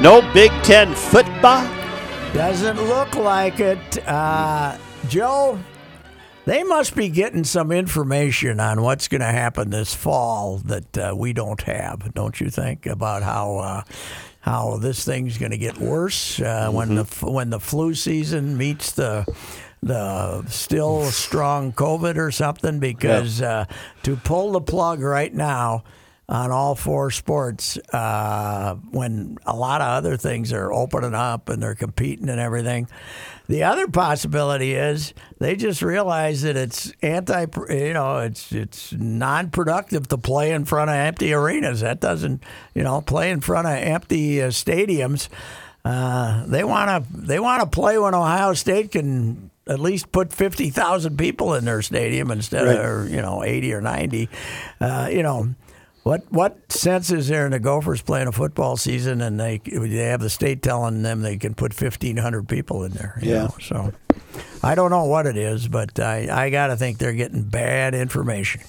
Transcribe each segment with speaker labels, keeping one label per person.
Speaker 1: No Big Ten football?
Speaker 2: Doesn't look like it. Uh, Joe, they must be getting some information on what's going to happen this fall that uh, we don't have, don't you think? About how uh, how this thing's going to get worse uh, when the f- when the flu season meets the the still strong COVID or something. Because uh, to pull the plug right now on all four sports uh, when a lot of other things are opening up and they're competing and everything. The other possibility is they just realize that it's anti, you know, it's it's non-productive to play in front of empty arenas. That doesn't, you know, play in front of empty uh, stadiums. Uh, they want to they want to play when Ohio State can at least put 50,000 people in their stadium instead
Speaker 1: Right.
Speaker 2: of or, you know 80 or 90 uh, you know what what sense is there in the Gophers playing a football season and they they have the state telling them they can put 1500 people in there you
Speaker 1: Yeah.
Speaker 2: know? so I don't know what it is but I I got to think they're getting bad information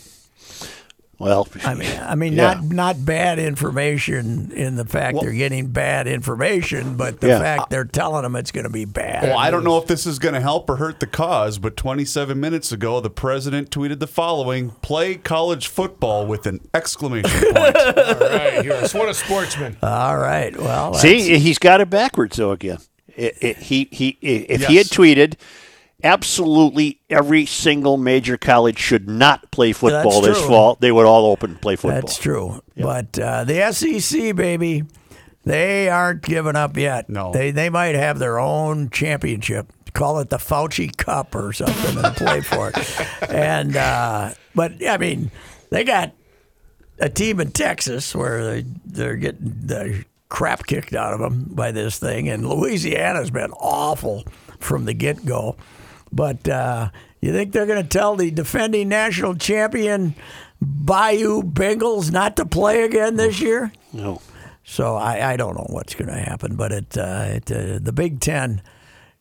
Speaker 1: Well,
Speaker 2: I mean, I mean,
Speaker 1: Yeah.
Speaker 2: not not bad information in the fact they're getting bad information, but the
Speaker 1: Yeah.
Speaker 2: fact they're telling them it's going to be bad.
Speaker 3: Well, I don't know if this is going to help or hurt the cause, but 27 minutes ago, the president tweeted the following Play college football with an exclamation point.
Speaker 4: All right, heroes. What a sportsman.
Speaker 2: All right, well, that's-
Speaker 1: See, he's got it backwards though again. It, it, he he i if he had
Speaker 3: Yes.
Speaker 1: tweeted, absolutely every single major college should not play football this
Speaker 2: true.
Speaker 1: fall. They would all open and play football.
Speaker 2: that's true. But uh, the SEC, baby, they aren't giving up yet.
Speaker 3: No.
Speaker 2: they they might have their own championship. Call it the Fauci Cup or something, and play for it. And uh, but I mean, they got a team in Texas where they, they're getting the crap kicked out of them by this thing, and Louisiana's been awful from the get go. But uh, you think they're going to tell the defending national champion Bayou Bengals not to play again this year?
Speaker 1: No.
Speaker 2: So I, I don't know what's going to happen, but it, uh, it uh, the Big Ten.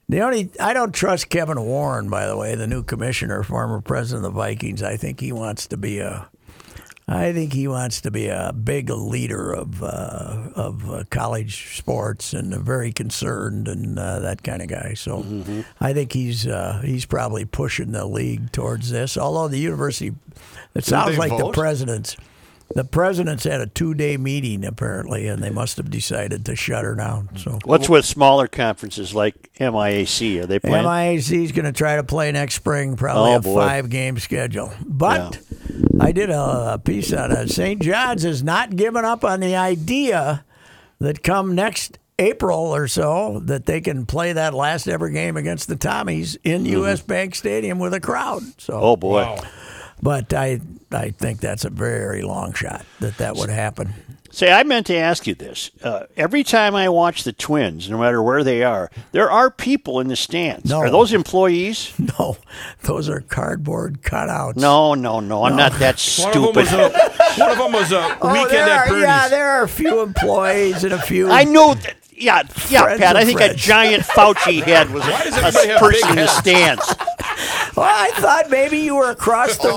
Speaker 2: The only I don't trust Kevin Warren, by the way, the new commissioner, former president of the Vikings. I think he wants to be a, I think he wants to be a big leader of uh, of uh, college sports and a very concerned and uh, that kind of guy. So I think he's uh, he's probably pushing the league towards this. Although the university, it sounds
Speaker 3: they
Speaker 2: like the
Speaker 3: vote?
Speaker 2: presidents. The presidents had a two-day meeting apparently, and they must have decided to shut her down. So
Speaker 1: What's with smaller conferences like MIAC? Are they playing?
Speaker 2: MIAC is going to try to play next spring, probably
Speaker 1: Oh,
Speaker 2: a
Speaker 1: boy.
Speaker 2: five-game schedule. But I did a, a piece on it. St. John's is not giving up on the idea that come next April or so that they can play that last ever game against the Tommies in U.S. Bank Stadium with a crowd. So,
Speaker 1: Mm-hmm. oh boy.
Speaker 4: Wow.
Speaker 2: but I I think that's a very long shot that that would happen.
Speaker 1: Say, I meant to ask you this. Uh, every time I watch the Twins, no matter where they are, there are people in the stands.
Speaker 2: No.
Speaker 1: Are those employees?
Speaker 2: No, Oh, those are cardboard cutouts.
Speaker 1: No, no, no. I'm not that
Speaker 4: One of them
Speaker 1: stupid.
Speaker 4: was a, one of them was a
Speaker 2: Oh,
Speaker 4: weekend
Speaker 2: there are,
Speaker 4: at Bernie's.
Speaker 2: yeah, there are a few employees and a few.
Speaker 1: I know that. Yeah, yeah,
Speaker 2: Friends
Speaker 1: Pat.
Speaker 2: of
Speaker 1: I think a
Speaker 2: friends.
Speaker 1: giant Fauci head was a,
Speaker 4: Why does
Speaker 1: a
Speaker 4: everybody have
Speaker 1: person
Speaker 4: big
Speaker 1: in the
Speaker 4: heads?
Speaker 1: stands.
Speaker 2: Well, Oh, I thought maybe you were across the room.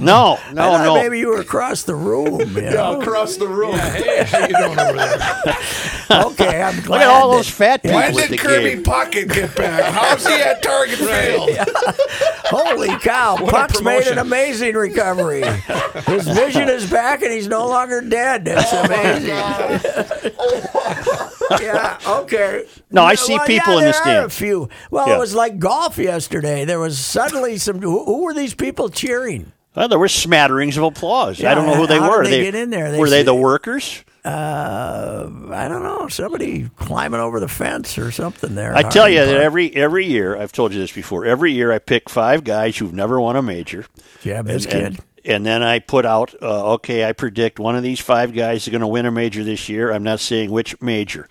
Speaker 1: Oh. No,
Speaker 2: I
Speaker 1: no,
Speaker 2: thought
Speaker 1: no.
Speaker 2: Maybe you were across the room. You know?
Speaker 3: Across the room.
Speaker 4: Hey, how you doing over there?
Speaker 2: Okay, I'm glad.
Speaker 1: Look at all
Speaker 2: that-
Speaker 1: those fat people
Speaker 5: When
Speaker 1: at the
Speaker 5: did Kirby
Speaker 1: game.
Speaker 5: Puckett get back? How's he at Target Field?
Speaker 2: Holy cow!
Speaker 4: What a
Speaker 2: Puck's made
Speaker 4: promotion.
Speaker 2: an amazing recovery. His vision is back, and he's no longer dead. That's amazing. yeah. Okay.
Speaker 1: No, I
Speaker 2: Yeah,
Speaker 1: see
Speaker 2: well,
Speaker 1: people
Speaker 2: yeah,
Speaker 1: in the
Speaker 2: there Are a
Speaker 1: stand.
Speaker 2: few. Well,
Speaker 1: Yeah.
Speaker 2: it was like golf yesterday. There was suddenly some. Who, who were these people cheering?
Speaker 1: Well, there were smatterings of applause. I don't know who they
Speaker 2: How did
Speaker 1: were.
Speaker 2: they get in there? They
Speaker 1: were they the
Speaker 2: said-
Speaker 1: workers?
Speaker 2: I don't know. Somebody climbing over the fence or something there.
Speaker 1: I
Speaker 2: in
Speaker 1: tell you
Speaker 2: Harvey
Speaker 1: that
Speaker 2: Park.
Speaker 1: every every year, I've told you this before. Every year, I pick five guys who've never won a major.
Speaker 2: Yeah, this
Speaker 1: and,
Speaker 2: kid.
Speaker 1: and then I put out, uh, okay, I predict one of these five guys is going to win a major this year. I'm not saying which major.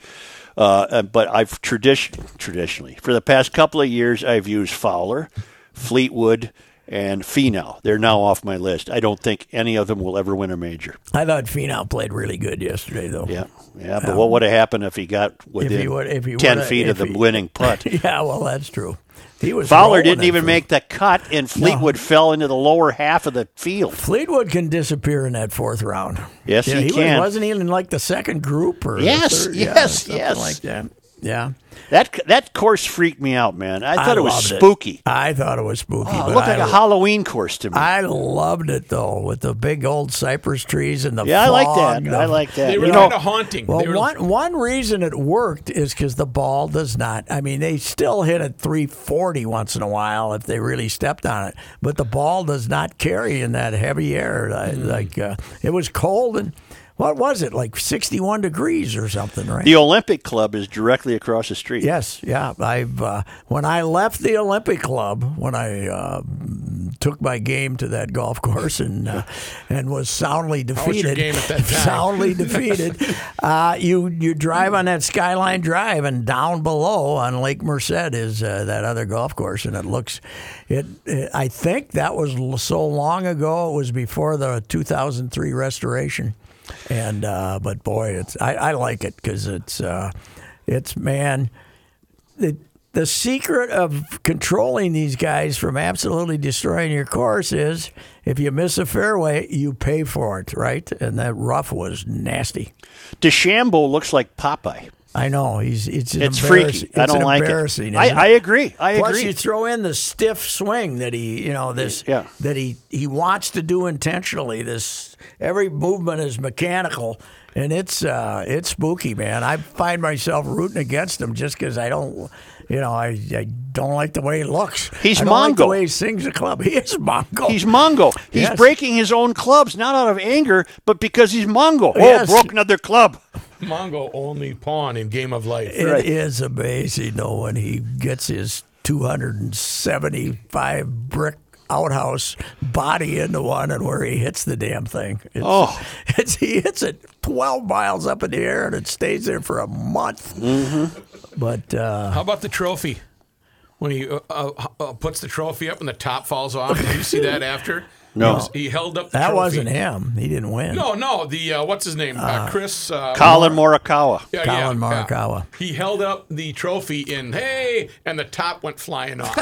Speaker 1: Uh, uh, but I've tradition, traditionally, for the past couple of years, I've used Fowler, Fleetwood, and Finau. They're now off my list. I don't think any of them will ever win a major.
Speaker 2: I thought Finau played really good yesterday, though.
Speaker 1: Yeah, yeah. But what would have happened if he got within
Speaker 2: would- if he
Speaker 1: ten
Speaker 2: would've-
Speaker 1: feet of
Speaker 2: if
Speaker 1: the
Speaker 2: he-
Speaker 1: winning putt?
Speaker 2: Yeah, well, that's true. He was
Speaker 1: Fowler
Speaker 2: rolling
Speaker 1: didn't
Speaker 2: it
Speaker 1: even
Speaker 2: for-
Speaker 1: make the cut, and Fleetwood fell into the lower half of the field.
Speaker 2: Fleetwood can disappear in that fourth round.
Speaker 1: Yes,
Speaker 2: Yeah,
Speaker 1: he
Speaker 2: was-
Speaker 1: can.
Speaker 2: Wasn't he in like the second group or the
Speaker 1: Yes,
Speaker 2: third?
Speaker 1: yes,
Speaker 2: something
Speaker 1: yes.
Speaker 2: like that. Yeah,
Speaker 1: That that course freaked me out, man. I thought it was
Speaker 2: loved
Speaker 1: spooky.
Speaker 2: I thought it was spooky.
Speaker 1: It
Speaker 2: but
Speaker 1: looked like a
Speaker 2: I,
Speaker 1: Halloween course to me.
Speaker 2: I loved it though, with the big old cypress trees and the
Speaker 1: yeah, I like
Speaker 2: fog,
Speaker 1: that.
Speaker 2: the-
Speaker 1: I like that.
Speaker 4: They were
Speaker 1: You know,
Speaker 4: kind of haunting.
Speaker 2: Well,
Speaker 4: they were,
Speaker 2: one one reason it worked is because the ball does not. I mean, they still hit at 340 once in a while if they really stepped on it, but the ball does not carry in that heavy air. Like-
Speaker 4: Hmm.
Speaker 2: Like uh, it was cold and what was it like 61 degrees or something, right?
Speaker 1: the Olympic Club is directly across the street.
Speaker 2: Yes, yeah. I've uh, when I left the Olympic Club, when I uh, took my game to that golf course and uh, and was soundly defeated.
Speaker 4: was your game at that time?
Speaker 2: Soundly defeated. Uh, you you drive on that Skyline Drive, and down below on Lake Merced is uh, that other golf course, and it looks. It, it I think that was l- so long ago. It was before the 2003 restoration. And uh, but boy, it's I, I like it because it's uh, it's man the the secret of controlling these guys from absolutely destroying your course is if you miss a fairway, you pay for it, right? And that rough was nasty.
Speaker 1: DeChambeau looks like Popeye.
Speaker 2: I know he's it's an
Speaker 1: It's
Speaker 2: embarrass-
Speaker 1: freaky. I
Speaker 2: it's an
Speaker 1: don't like
Speaker 2: embarrassing,
Speaker 1: it. I,
Speaker 2: isn't
Speaker 1: I agree. I
Speaker 2: Plus,
Speaker 1: agree.
Speaker 2: you throw in the stiff swing that he, you know, this
Speaker 1: Yeah.
Speaker 2: that he he wants to do intentionally. This every movement is mechanical, and it's uh, it's spooky, man. I find myself rooting against him just because I don't, you know, I, I don't like the way he looks.
Speaker 1: He's
Speaker 2: I don't like the
Speaker 1: Mongo.
Speaker 2: way he sings the club. He is Mongo.
Speaker 1: He's Mongo. He's
Speaker 2: Yes.
Speaker 1: breaking his own clubs, not out of anger, but because he's Mongo. Oh,
Speaker 2: Yes.
Speaker 1: broke another club.
Speaker 4: Mongo only pawn in Game of Life.
Speaker 2: It is amazing though when he gets his 275 brick outhouse body into one and where he hits the damn thing. It's,
Speaker 1: Oh.
Speaker 2: it's he hits it 12 miles up in the air and it stays there for a month. Mm-hmm. But uh,
Speaker 4: How about the trophy? When he uh, uh, uh, puts the trophy up and the top falls off, did you see that after?
Speaker 1: No.
Speaker 4: he, was- he held up. The
Speaker 2: that
Speaker 4: trophy.
Speaker 2: wasn't him. He didn't win.
Speaker 4: No, no. The uh, what's his name? Uh, Chris. Uh,
Speaker 1: Colin Morikawa.
Speaker 4: Yeah,
Speaker 2: Colin
Speaker 4: yeah, yeah.
Speaker 2: Morikawa.
Speaker 4: He held up the trophy in hey, and the top went flying off.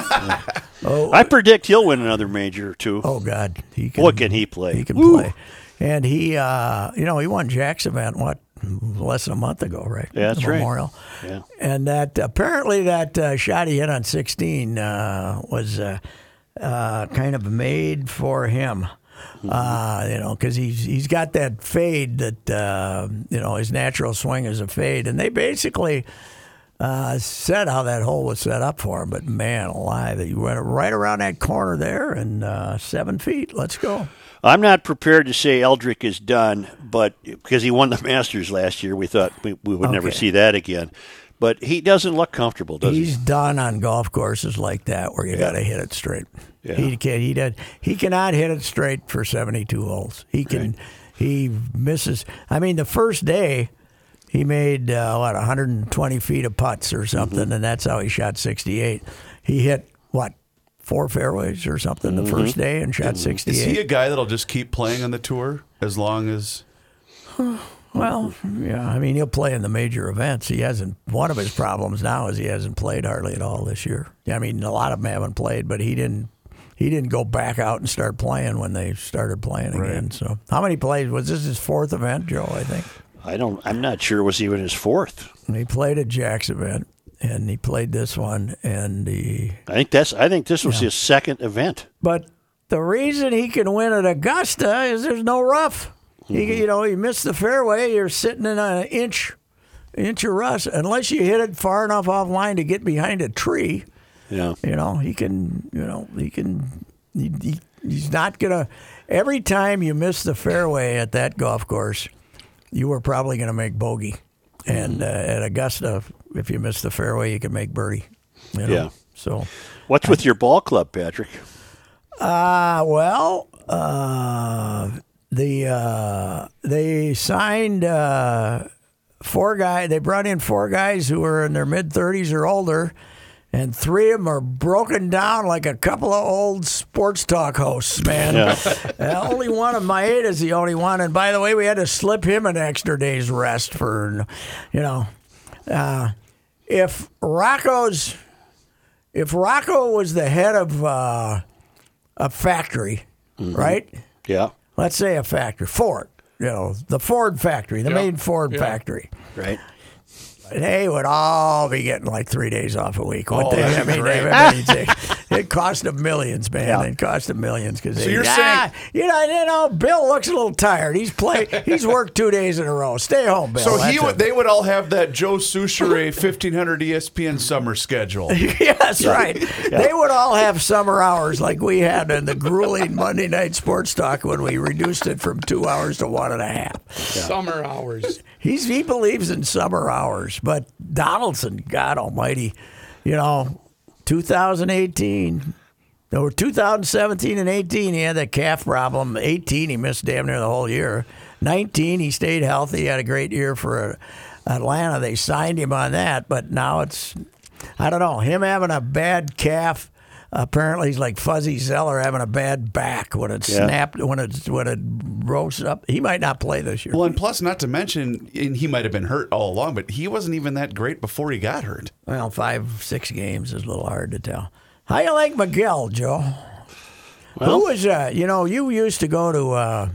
Speaker 1: I predict he'll win another major or two.
Speaker 2: Oh God, he can,
Speaker 1: Boy, can he play.
Speaker 2: He can
Speaker 1: Woo.
Speaker 2: play. And he, uh, you know, he won Jack's event what less than a month ago, right?
Speaker 1: Yeah, that's
Speaker 2: the
Speaker 1: right.
Speaker 2: Memorial.
Speaker 1: Yeah.
Speaker 2: And that apparently that uh, shot he hit on 16 uh, was uh, uh, kind of made for him. Uh, you know, because he's he's got that fade that uh, you know his natural swing is a fade, and they basically uh, said how that hole was set up for him. But man, alive, that you went right around that corner there and uh, seven feet. Let's go.
Speaker 1: I'm not prepared to say Eldrick is done, but because he won the Masters last year, we thought we, we would never
Speaker 2: Okay.
Speaker 1: see that again. But he doesn't look comfortable, does he?
Speaker 2: He's done on golf courses like that where you got to hit it straight.
Speaker 1: Yeah.
Speaker 2: He can he did he cannot hit it straight for 72 holes. He can he misses. I mean the first day he made uh, what 120 feet of putts
Speaker 1: Mm-hmm.
Speaker 2: or something and that's how he shot 68. He hit what four fairways or something
Speaker 1: Mm-hmm.
Speaker 2: the first day and shot 68.
Speaker 3: Is he a guy that'll just keep playing on the tour as long as?
Speaker 2: Well, yeah, I mean, he'll play in the major events. He hasn't. One of his problems now is he hasn't played hardly at all this year. I mean, a lot of them haven't played, but he didn't. He didn't go back out and start playing when they started playing again. So, how many plays was this? His fourth event, Joe, I think.
Speaker 1: I don't. I'm not sure. it Was even his fourth?
Speaker 2: And he played at Jack's event, and he played this one, and he.
Speaker 1: I think that's. I think this was his second event.
Speaker 2: But the reason he can win at Augusta is there's no rough. He, you know, you miss the fairway, you're sitting in an inch, inch of rust. Unless you hit it far enough offline to get behind a tree,
Speaker 1: Yeah.
Speaker 2: you know, he can, you know, he can. He, he, he's not gonna. Every time you miss the fairway at that golf course, you were probably gonna make bogey. And uh, at Augusta, if you miss the fairway, you can make birdie. You know?
Speaker 1: Yeah.
Speaker 2: So.
Speaker 1: What's with your ball club, Patrick?
Speaker 2: Uh, well, uh, the uh, they signed uh, four guy. They brought in four guys who were in their mid thirties or older, and three of them are broken down like a couple of old sports talk hosts, man.
Speaker 1: Yeah.
Speaker 2: Uh, only one of my eight is the only one. And by the way, we had to slip him an extra day's rest for, you know, uh, if Rocco's, if Rocco was the head of uh, a factory, right?
Speaker 1: Yeah.
Speaker 2: Let's say a factory, Ford, you know, the Ford factory, the main Ford
Speaker 4: yeah.
Speaker 2: factory
Speaker 1: Right.
Speaker 2: they would all be getting like three days off a week. What
Speaker 4: Oh,
Speaker 2: they,
Speaker 4: that'd
Speaker 2: I
Speaker 4: be
Speaker 2: mean,
Speaker 4: great.
Speaker 2: everybody take- it cost them millions, man. It cost them millions because so
Speaker 3: you're
Speaker 2: you know, you know, Bill looks a little tired. He's played. He's worked two days in a row. Stay home, Bill.
Speaker 3: So he
Speaker 2: That's
Speaker 3: would,
Speaker 2: it.
Speaker 3: they would all have that Joe Souchere E 1500 ESPN summer schedule.
Speaker 2: yes, right. They would all have summer hours like we had in the grueling Monday night sports talk when we reduced it from two hours to one and a half.
Speaker 4: Summer hours.
Speaker 2: He's he believes in summer hours, but Donaldson, God Almighty, you know, 2018 or 2017 and 18, he had that calf problem. 18, he missed damn near the whole year. 19, he stayed healthy, had a great year for Atlanta. They signed him on that, but now it's I don't know him having a bad calf. Apparently, he's like Fuzzy Zeller having a bad back when it
Speaker 1: Yeah.
Speaker 2: snapped, when it when it rose up. He might not play this year.
Speaker 3: Well, and plus, not to mention, and he might have been hurt all along, but he wasn't even that great before he got hurt.
Speaker 2: Well, five, six games is a little hard to tell. How you like Miguel, Joe? Who was uh, you know, you used to go to uh,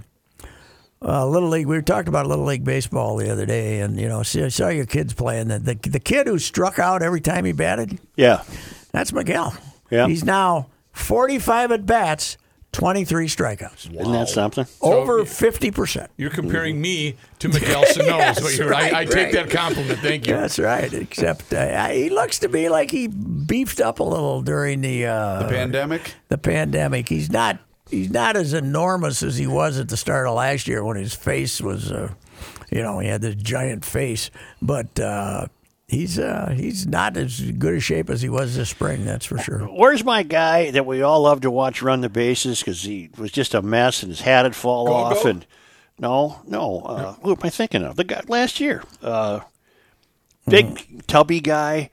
Speaker 2: uh, Little League. We were talking about Little League baseball the other day, and you know, see, I saw your kids playing. The, the the kid who struck out every time he batted,
Speaker 1: Yeah.
Speaker 2: that's Miguel.
Speaker 1: Yeah.
Speaker 2: he's now forty-five at bats, twenty-three strikeouts,
Speaker 1: Isn't that something?
Speaker 2: over fifty percent.
Speaker 4: You're comparing me to Miguel Sano. is what you're,
Speaker 2: right,
Speaker 4: I, I
Speaker 2: Mm. right.
Speaker 4: take that compliment. Thank you.
Speaker 2: That's right. Except uh, I- he looks to me like he beefed up a little during the uh,
Speaker 3: Pandemic?
Speaker 2: the pandemic. He's not he's not as enormous as he was at the start of last year when his face was, uh, you know, he had this giant face. But uh, he's uh, he's not as good a shape as he was this spring. That's for sure.
Speaker 1: Where's my guy that we all love to watch run the bases because he was just a mess and his hat had fall off
Speaker 4: Go-Go?
Speaker 1: and no, no. Uh, who am I thinking of? The guy last year, uh, big tubby guy.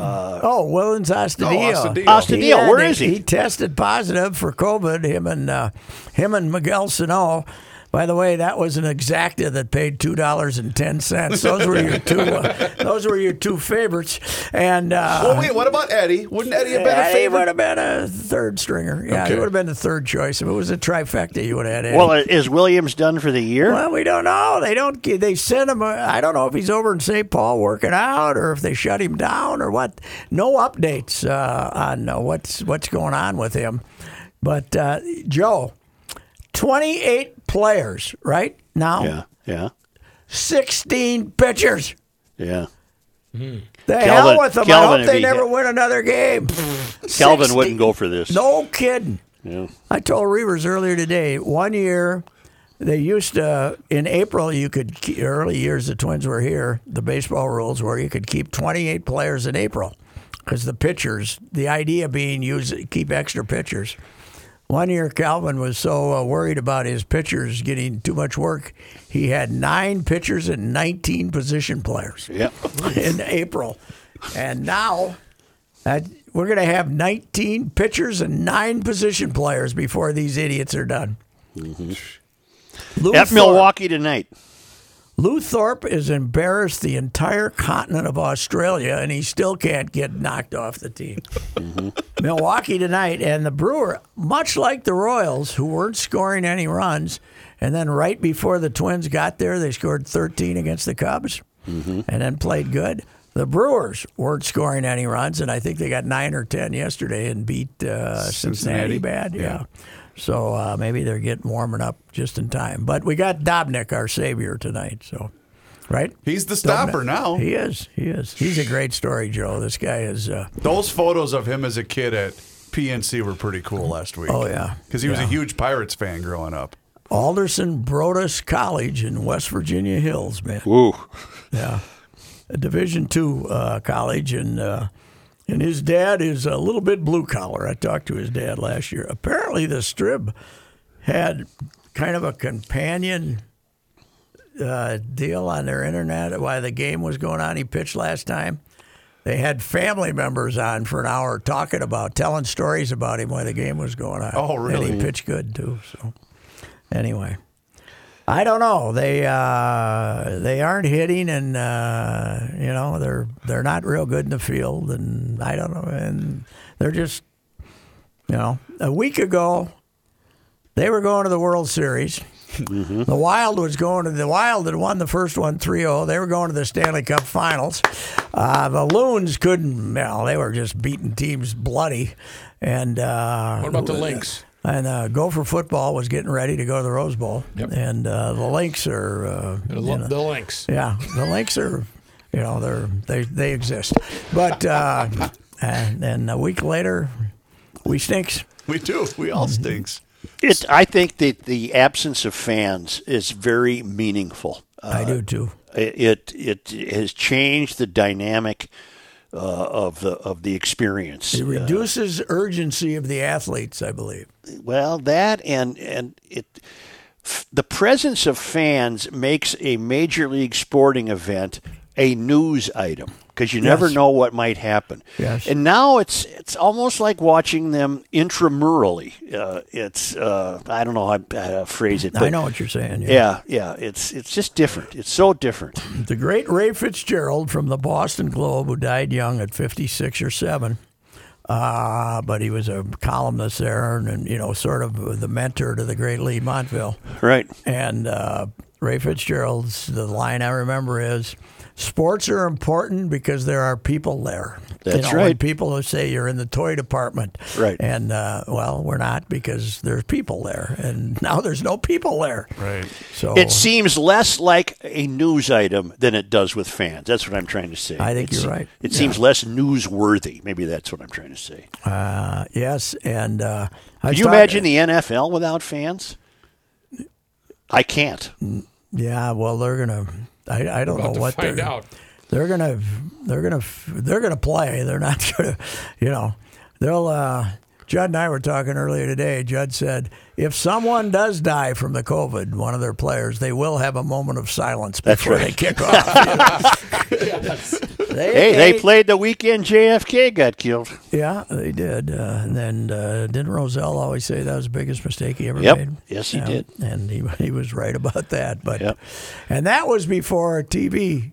Speaker 2: Oh, Willens Ostadio.
Speaker 3: Ostadio.
Speaker 1: Ostadio,
Speaker 2: Yeah,
Speaker 1: where
Speaker 2: they-
Speaker 1: is he?
Speaker 2: He tested positive for COVID. Him and uh, him and Miguel Sano. By the way, that was an exacta that paid two dollars and ten cents. Those were your two. Uh, those were your two favorites. And uh,
Speaker 3: Oh, wait, what about Eddie? Wouldn't Eddie have been a
Speaker 2: Yeah, he would
Speaker 3: favorite?
Speaker 2: have been a third stringer. Yeah, he
Speaker 3: Okay.
Speaker 2: would have been the third choice. If it was a trifecta, you would have had Eddie.
Speaker 1: Well, uh, is Williams done for the year?
Speaker 2: Well, we don't know. They don't. gi- They sent him. a- I don't know if he's over in St. Paul working out, or if they shut him down, or what. No updates uh, on uh, what's what's going on with him. But uh, Joe, twenty-eight players right now,
Speaker 1: Yeah, yeah,
Speaker 2: sixteen pitchers.
Speaker 1: yeah.
Speaker 2: The
Speaker 1: Kelvin-
Speaker 2: hell with them. I
Speaker 1: Kelvin
Speaker 2: hope
Speaker 1: would
Speaker 2: they
Speaker 1: be-
Speaker 2: never win another game.
Speaker 1: Calvin
Speaker 2: 16
Speaker 1: wouldn't go for this.
Speaker 2: No kidding.
Speaker 1: Yeah.
Speaker 2: I told Reavers earlier today. One year, they used to in April you could ke- early years the Twins were here. The baseball rules were you could keep 28 players in April because the pitchers. The idea being use keep extra pitchers. One year, Calvin was so uh, worried about his pitchers getting too much work, he had nine pitchers and 19 position players
Speaker 1: Yeah.
Speaker 2: in April. And now uh, we're going to have 19 pitchers and nine position players before these idiots are done. Lou,
Speaker 1: At
Speaker 2: Thorpe,
Speaker 1: Milwaukee tonight.
Speaker 2: Lou Thorpe has embarrassed the entire continent of Australia, and he still can't get knocked off the team. Milwaukee tonight, and the Brewer, much like the Royals, who weren't scoring any runs, and then right before the Twins got there, they scored 13 against the Cubs, and then played good. The Brewers weren't scoring any runs, and I think they got nine or ten yesterday and beat uh, Cincinnati.
Speaker 3: Cincinnati?
Speaker 2: bad. Yeah, so uh, maybe they're getting warming up just in time. But we got Dobnik, our savior tonight. So, right?
Speaker 3: He's the stopper now.
Speaker 2: He is. He is. He's a great story, Joe. This guy is. Uh,
Speaker 3: Those photos of him as a kid at PNC were pretty cool last week.
Speaker 2: Oh, yeah.
Speaker 3: Because he was
Speaker 2: Yeah.
Speaker 3: a huge Pirates fan growing up.
Speaker 2: Alderson Brodus College in West Virginia Hills, man.
Speaker 1: Woo.
Speaker 2: Yeah, a Division two uh, college, and uh, and his dad is a little bit blue collar. I talked to his dad last year. Apparently, the Strib had kind of a companion uh, deal on their internet while the game was going on. He pitched last time. they had family members on for an hour talking about, telling stories about him while the game was going on.
Speaker 3: Oh,
Speaker 2: And
Speaker 3: really?
Speaker 2: he pitched good too. So, anyway, I don't know. They uh, they aren't hitting, and uh, you know they're they're not real good in the field, and I don't know, and they're just you know a week ago they were going to the World Series. The Wild was going to the Wild had won the first one 3-0. They were going to the Stanley Cup Finals. Uh, the Loons couldn't. Well, they were just beating teams bloody, and uh,
Speaker 4: What about the Lynx?
Speaker 2: and uh, Gopher football was getting ready to go to the Rose Bowl, and uh, the Lynx are, uh,
Speaker 4: The,
Speaker 2: you know,
Speaker 4: the Lynx.
Speaker 2: yeah, the Lynx are, you know, they're they they exist, but uh, and, and a week later, we stinks.
Speaker 3: We do. We all
Speaker 2: Mm-hmm.
Speaker 3: stinks.
Speaker 1: It, I think that the absence of fans is very meaningful.
Speaker 2: I do too.
Speaker 1: it it has changed the dynamic uh, of the of the experience.
Speaker 2: It reduces urgency of the athletes, I believe.
Speaker 1: Well, that and and it f- the presence of fans makes a major league sporting event a news item because you never know what might happen.
Speaker 2: Yes.
Speaker 1: And now it's it's almost like watching them intramurally. Uh, it's uh, I don't know how I uh, phrase it. But
Speaker 2: I know what you're saying. Yeah.
Speaker 1: Yeah, yeah. It's it's just different. It's so different.
Speaker 2: The great Ray Fitzgerald from the Boston Globe, who died young at 56 or 7. Uh, but he was a columnist there and, and, you know, sort of the mentor to the great Lee Montville.
Speaker 1: Right.
Speaker 2: And uh, Ray Fitzgerald's, the line I remember is, sports are important because there are people there.
Speaker 1: That's
Speaker 2: you know,
Speaker 1: right.
Speaker 2: and people who say you're in the toy department.
Speaker 1: Right.
Speaker 2: And, uh, well, we're not because there's people there. And now there's no people there.
Speaker 3: Right.
Speaker 2: So
Speaker 1: It seems less like a news item than it does with fans. That's what I'm trying to say.
Speaker 2: I think
Speaker 1: It's-
Speaker 2: you're right.
Speaker 1: It seems less newsworthy. Maybe that's what I'm trying to say.
Speaker 2: Uh, yes, and uh, I
Speaker 1: Can you imagine the NFL without fans? I can't.
Speaker 2: Yeah, well, they're gonna. I, I don't
Speaker 4: About
Speaker 2: know
Speaker 4: to
Speaker 2: Oh, what
Speaker 4: find
Speaker 2: they're.
Speaker 4: out.
Speaker 2: They're gonna. They're gonna. They're gonna play. They're not gonna. You know, they'll. Uh, Judd and I were talking earlier today. Judd said, if someone does die from the COVID, one of their players, they will have a moment of silence before
Speaker 1: right.
Speaker 2: they kick off. They-
Speaker 1: Hey, they played the weekend JFK got killed.
Speaker 2: Yeah, they did. Uh, and then uh, didn't Roselle always say that was the biggest mistake he ever
Speaker 1: Yep.
Speaker 2: made?
Speaker 1: Yes, he
Speaker 2: Yeah,
Speaker 1: did.
Speaker 2: and he he was right about that. But
Speaker 1: Yep.
Speaker 2: and that was before TV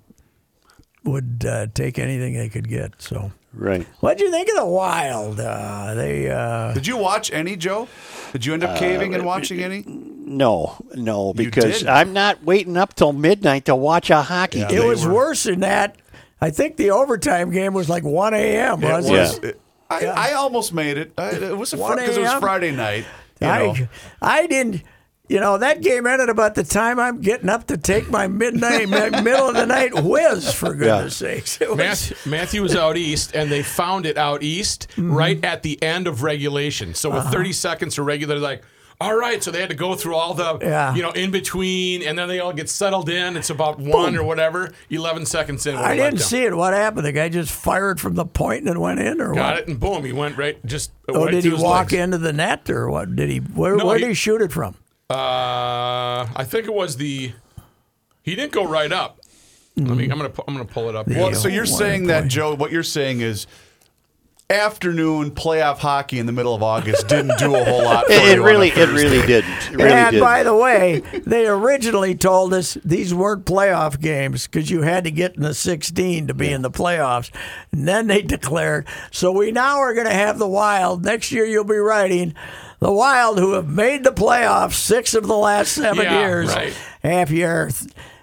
Speaker 2: would uh, take anything they could get. So
Speaker 1: Right.
Speaker 2: what'd you think of the Wild? Uh, they uh,
Speaker 3: Did you watch any, Joe? Did you end
Speaker 1: Uh,
Speaker 3: up caving and watching any?
Speaker 1: No, no, because
Speaker 3: did.
Speaker 1: I'm not waiting up till midnight to watch a hockey
Speaker 3: Yeah.
Speaker 1: game.
Speaker 2: it
Speaker 3: they
Speaker 2: was
Speaker 3: were-
Speaker 2: worse than that. I think the overtime game was like one a.m.
Speaker 3: It
Speaker 2: wasn't
Speaker 3: was-
Speaker 2: it?
Speaker 3: it- I, I almost made it. I, it was
Speaker 2: One
Speaker 3: because it was
Speaker 2: AM?
Speaker 3: Friday night. You know.
Speaker 2: I, I didn't. You know that game ended about the time I'm getting up to take my midnight, my middle of the night whiz. For goodness sakes, it was,
Speaker 4: Matthew, Matthew was out east, and they found it out east
Speaker 2: Mm-hmm.
Speaker 4: right at the end of regulation. So
Speaker 2: Uh-huh.
Speaker 4: with 30 seconds to regular, like, all right. So they had to go through all the,
Speaker 2: Yeah.
Speaker 4: you know, in between, and then they all get settled in. It's about one or whatever. 11 seconds in.
Speaker 2: I
Speaker 4: we're let
Speaker 2: didn't
Speaker 4: down.
Speaker 2: see it. What happened? The guy just fired from the point and it went in, or
Speaker 4: Got
Speaker 2: what?
Speaker 4: it, and boom, he went right. Just
Speaker 2: Oh,
Speaker 4: right
Speaker 2: did he
Speaker 4: through his
Speaker 2: walk
Speaker 4: legs.
Speaker 2: into the net, or what? Did he? Where,
Speaker 4: No,
Speaker 2: where
Speaker 4: he-
Speaker 2: did he shoot it from?
Speaker 4: Uh, I think it was the. He didn't go right up. Let
Speaker 2: Mm-hmm.
Speaker 4: me. I'm gonna. pu- I'm gonna pull it up.
Speaker 3: Well,
Speaker 2: Yeah.
Speaker 3: so you're
Speaker 2: What a
Speaker 3: saying that,
Speaker 2: point.
Speaker 3: Joe, what you're saying is afternoon playoff hockey in the middle of August didn't do a whole lot for you
Speaker 1: It, it
Speaker 3: on a
Speaker 1: really, it
Speaker 3: Thursday.
Speaker 1: really didn't. It really
Speaker 2: and
Speaker 1: didn't.
Speaker 2: by the way, they originally told us these weren't playoff games because you had to get in the 16 to be in the playoffs. And then they declared, so we now are going to have the Wild. Next year, you'll be writing the Wild, who have made the playoffs six of the last seven
Speaker 4: Yeah,
Speaker 2: years.
Speaker 4: right.
Speaker 2: If you're,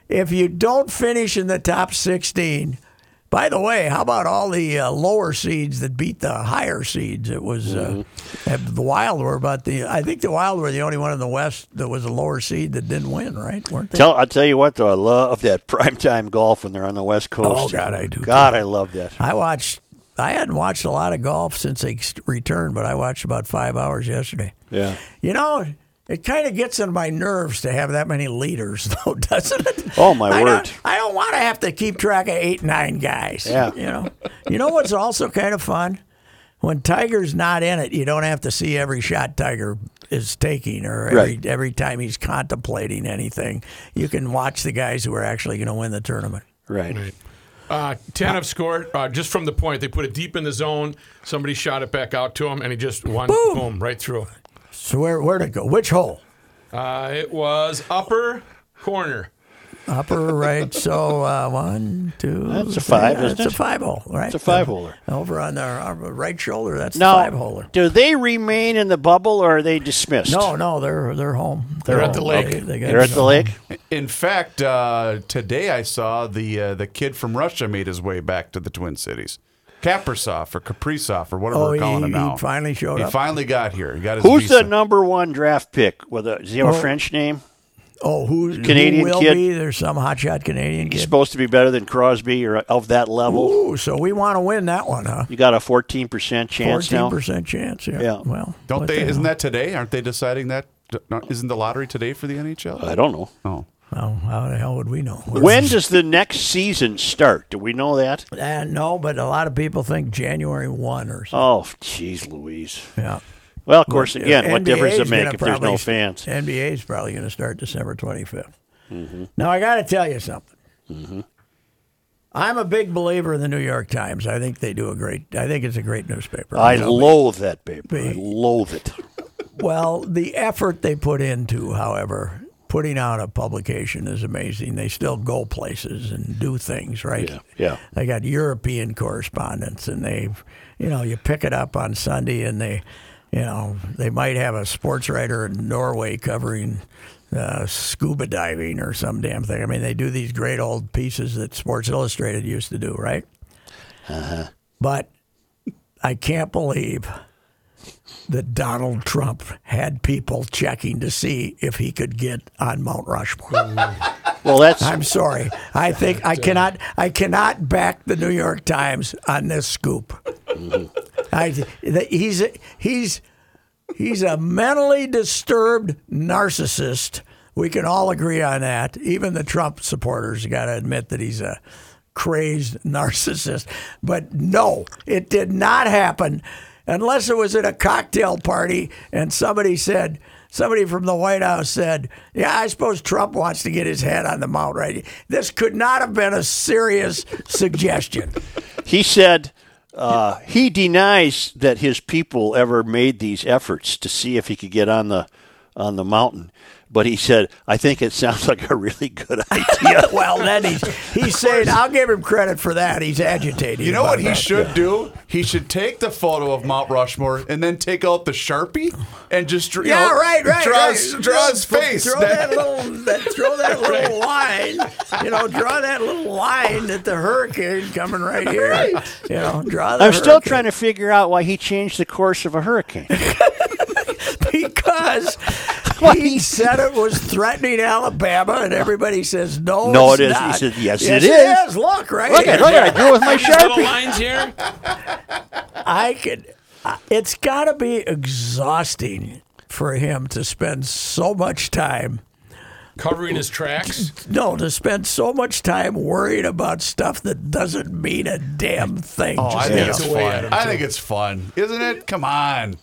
Speaker 2: if you don't finish in the top 16. By the way, how about all the uh, lower seeds that beat the higher seeds? It was uh,
Speaker 1: Mm-hmm.
Speaker 2: and the Wild were about the. I think the Wild were the only one in the West that was a lower seed that didn't win, right? Weren't they?
Speaker 1: Tell, I'll tell you what, though, I love that primetime golf when they're on the West Coast.
Speaker 2: Oh, God, I do, too.
Speaker 1: God, I love that.
Speaker 2: I watched. I hadn't watched a lot of golf since they st- returned, but I watched about five hours yesterday.
Speaker 1: Yeah.
Speaker 2: You know, it kind of gets on my nerves to have that many leaders, though, doesn't it?
Speaker 1: Oh, my
Speaker 2: I
Speaker 1: word.
Speaker 2: Don't, I don't want to have to keep track of eight, nine guys.
Speaker 1: Yeah.
Speaker 2: You know, you know what's also kind of fun? When Tiger's not in it, you don't have to see every shot Tiger is taking or every,
Speaker 1: Right.
Speaker 2: every time he's contemplating anything. You can watch the guys who are actually going to win the tournament.
Speaker 1: Right.
Speaker 4: Uh, Tanev scored uh, just from the point. They put it deep in the zone. Somebody shot it back out to him, and he just one boom, right through.
Speaker 2: So where where to go? Which hole?
Speaker 4: Uh, it was upper corner.
Speaker 2: Upper right. So uh, one, two.
Speaker 1: That's a
Speaker 2: three.
Speaker 1: five,
Speaker 2: Yeah,
Speaker 1: isn't
Speaker 2: That's
Speaker 1: it?
Speaker 2: a five hole, right?
Speaker 1: It's a five holer.
Speaker 2: Over on the uh, right shoulder. That's the
Speaker 1: Now,
Speaker 2: five holer.
Speaker 1: do they remain in the bubble or are they dismissed?
Speaker 2: No, no, they're they're home. They're,
Speaker 4: at the
Speaker 2: home.
Speaker 4: lake.
Speaker 2: They, they got
Speaker 1: They're at the lake.
Speaker 3: In fact, uh, today I saw the uh, the kid from Russia made his way back to the Twin Cities. Kaprizov or Kaprizov or whatever
Speaker 2: Oh,
Speaker 3: we're calling
Speaker 2: he-
Speaker 3: him
Speaker 2: he
Speaker 3: now.
Speaker 2: finally showed
Speaker 3: he
Speaker 2: up.
Speaker 3: finally got here. He got his
Speaker 1: Who's the
Speaker 3: visa.
Speaker 1: number one draft pick? With a, does he have a
Speaker 2: Well-
Speaker 1: French name?
Speaker 2: Oh, who
Speaker 1: Canadian
Speaker 2: who will
Speaker 1: kid.
Speaker 2: be? There's some hotshot Canadian
Speaker 1: He's
Speaker 2: kid.
Speaker 1: supposed to be better than Crosby or of that level.
Speaker 2: Ooh, so we want to win that one, huh?
Speaker 1: You got a 14% chance
Speaker 2: Fourteen
Speaker 1: now.
Speaker 2: percent chance. Yeah.
Speaker 1: Yeah.
Speaker 2: Well,
Speaker 3: Don't
Speaker 2: what
Speaker 3: they?
Speaker 2: the
Speaker 3: Isn't
Speaker 2: hell.
Speaker 3: that today? Aren't they deciding that? Isn't the lottery today for the NHL?
Speaker 1: I don't know.
Speaker 3: Oh,
Speaker 2: Well, how the hell would we know?
Speaker 1: When does the next season start? Do we know that?
Speaker 2: Uh, no, but a lot of people think January one or something.
Speaker 1: Oh, jeez, Louise.
Speaker 2: Yeah.
Speaker 1: Well, of course, again, what
Speaker 2: NBA's
Speaker 1: difference does it
Speaker 2: gonna
Speaker 1: make if there's no
Speaker 2: probably-
Speaker 1: fans? Mm-hmm.
Speaker 2: NBA's probably going to start December 25th. Now, I got to tell you something. I'm a big believer in the New York Times. I think they do a great. I think it's a great newspaper.
Speaker 1: I
Speaker 2: You know,
Speaker 1: loathe that paper. I
Speaker 2: Be-
Speaker 1: loathe it.
Speaker 2: well, the effort they put into, however, putting out a publication is amazing. They still go places and do things, right?
Speaker 1: Yeah, yeah.
Speaker 2: They got European correspondents, and they, you know, you pick it up on Sunday, and they, you know, they might have a sports writer in Norway covering uh, scuba diving or some damn thing. I mean, they do these great old pieces that Sports Illustrated used to do, right?
Speaker 1: Uh-huh.
Speaker 2: But I can't believe that Donald Trump had people checking to see if he could get on Mount Rushmore.
Speaker 1: Well, that's
Speaker 2: I'm sorry. I think I cannot I cannot back the New York Times on this scoop. I, that he's a- he's he's a mentally disturbed narcissist. We can all agree on that. Even the Trump supporters got to admit that he's a crazed narcissist. But no, it did not happen unless it was at a cocktail party and somebody said somebody from the White House said, "Yeah, I suppose Trump wants to get his head on the mount right." This could not have been a serious suggestion.
Speaker 1: he said uh, he denies that his people ever made these efforts to see if he could get on the on the mountain. But he said, I think it sounds like a really good idea.
Speaker 2: Well, then he's he's saying I'll give him credit for that. He's agitated.
Speaker 3: you know
Speaker 2: about
Speaker 3: what he
Speaker 2: that.
Speaker 3: should do? He should take the photo of Mount Rushmore and then take out the sharpie and just you
Speaker 2: Yeah,
Speaker 3: know,
Speaker 2: right, right.
Speaker 3: draw,
Speaker 2: right.
Speaker 3: His, draw his
Speaker 2: Throw-
Speaker 3: face.
Speaker 2: Throw that, little, that, throw that little line. You know, draw that little line at the hurricane coming right here. You know, draw. The
Speaker 1: I'm still
Speaker 2: hurricane.
Speaker 1: trying to figure out why he changed the course of a hurricane.
Speaker 2: because he said it was threatening Alabama, and everybody says no.
Speaker 1: No,
Speaker 2: it's
Speaker 1: it is. He
Speaker 2: Not.
Speaker 1: said, "Yes,
Speaker 2: yes
Speaker 1: it is."
Speaker 2: Look right
Speaker 1: Look
Speaker 2: here.
Speaker 1: at look at I drew it with my
Speaker 4: Little
Speaker 1: sharpie.
Speaker 4: lines here.
Speaker 2: I could. I- It's got to be exhausting for him to spend so much time.
Speaker 4: Covering his tracks.
Speaker 2: No, to spend so much time worried about stuff that doesn't mean a damn thing.
Speaker 3: Oh, I
Speaker 2: Just,
Speaker 3: think
Speaker 2: you
Speaker 3: it's
Speaker 2: know,
Speaker 4: away at
Speaker 3: fun.
Speaker 4: him,
Speaker 3: I
Speaker 4: too.
Speaker 3: think it's fun, isn't it? Come on.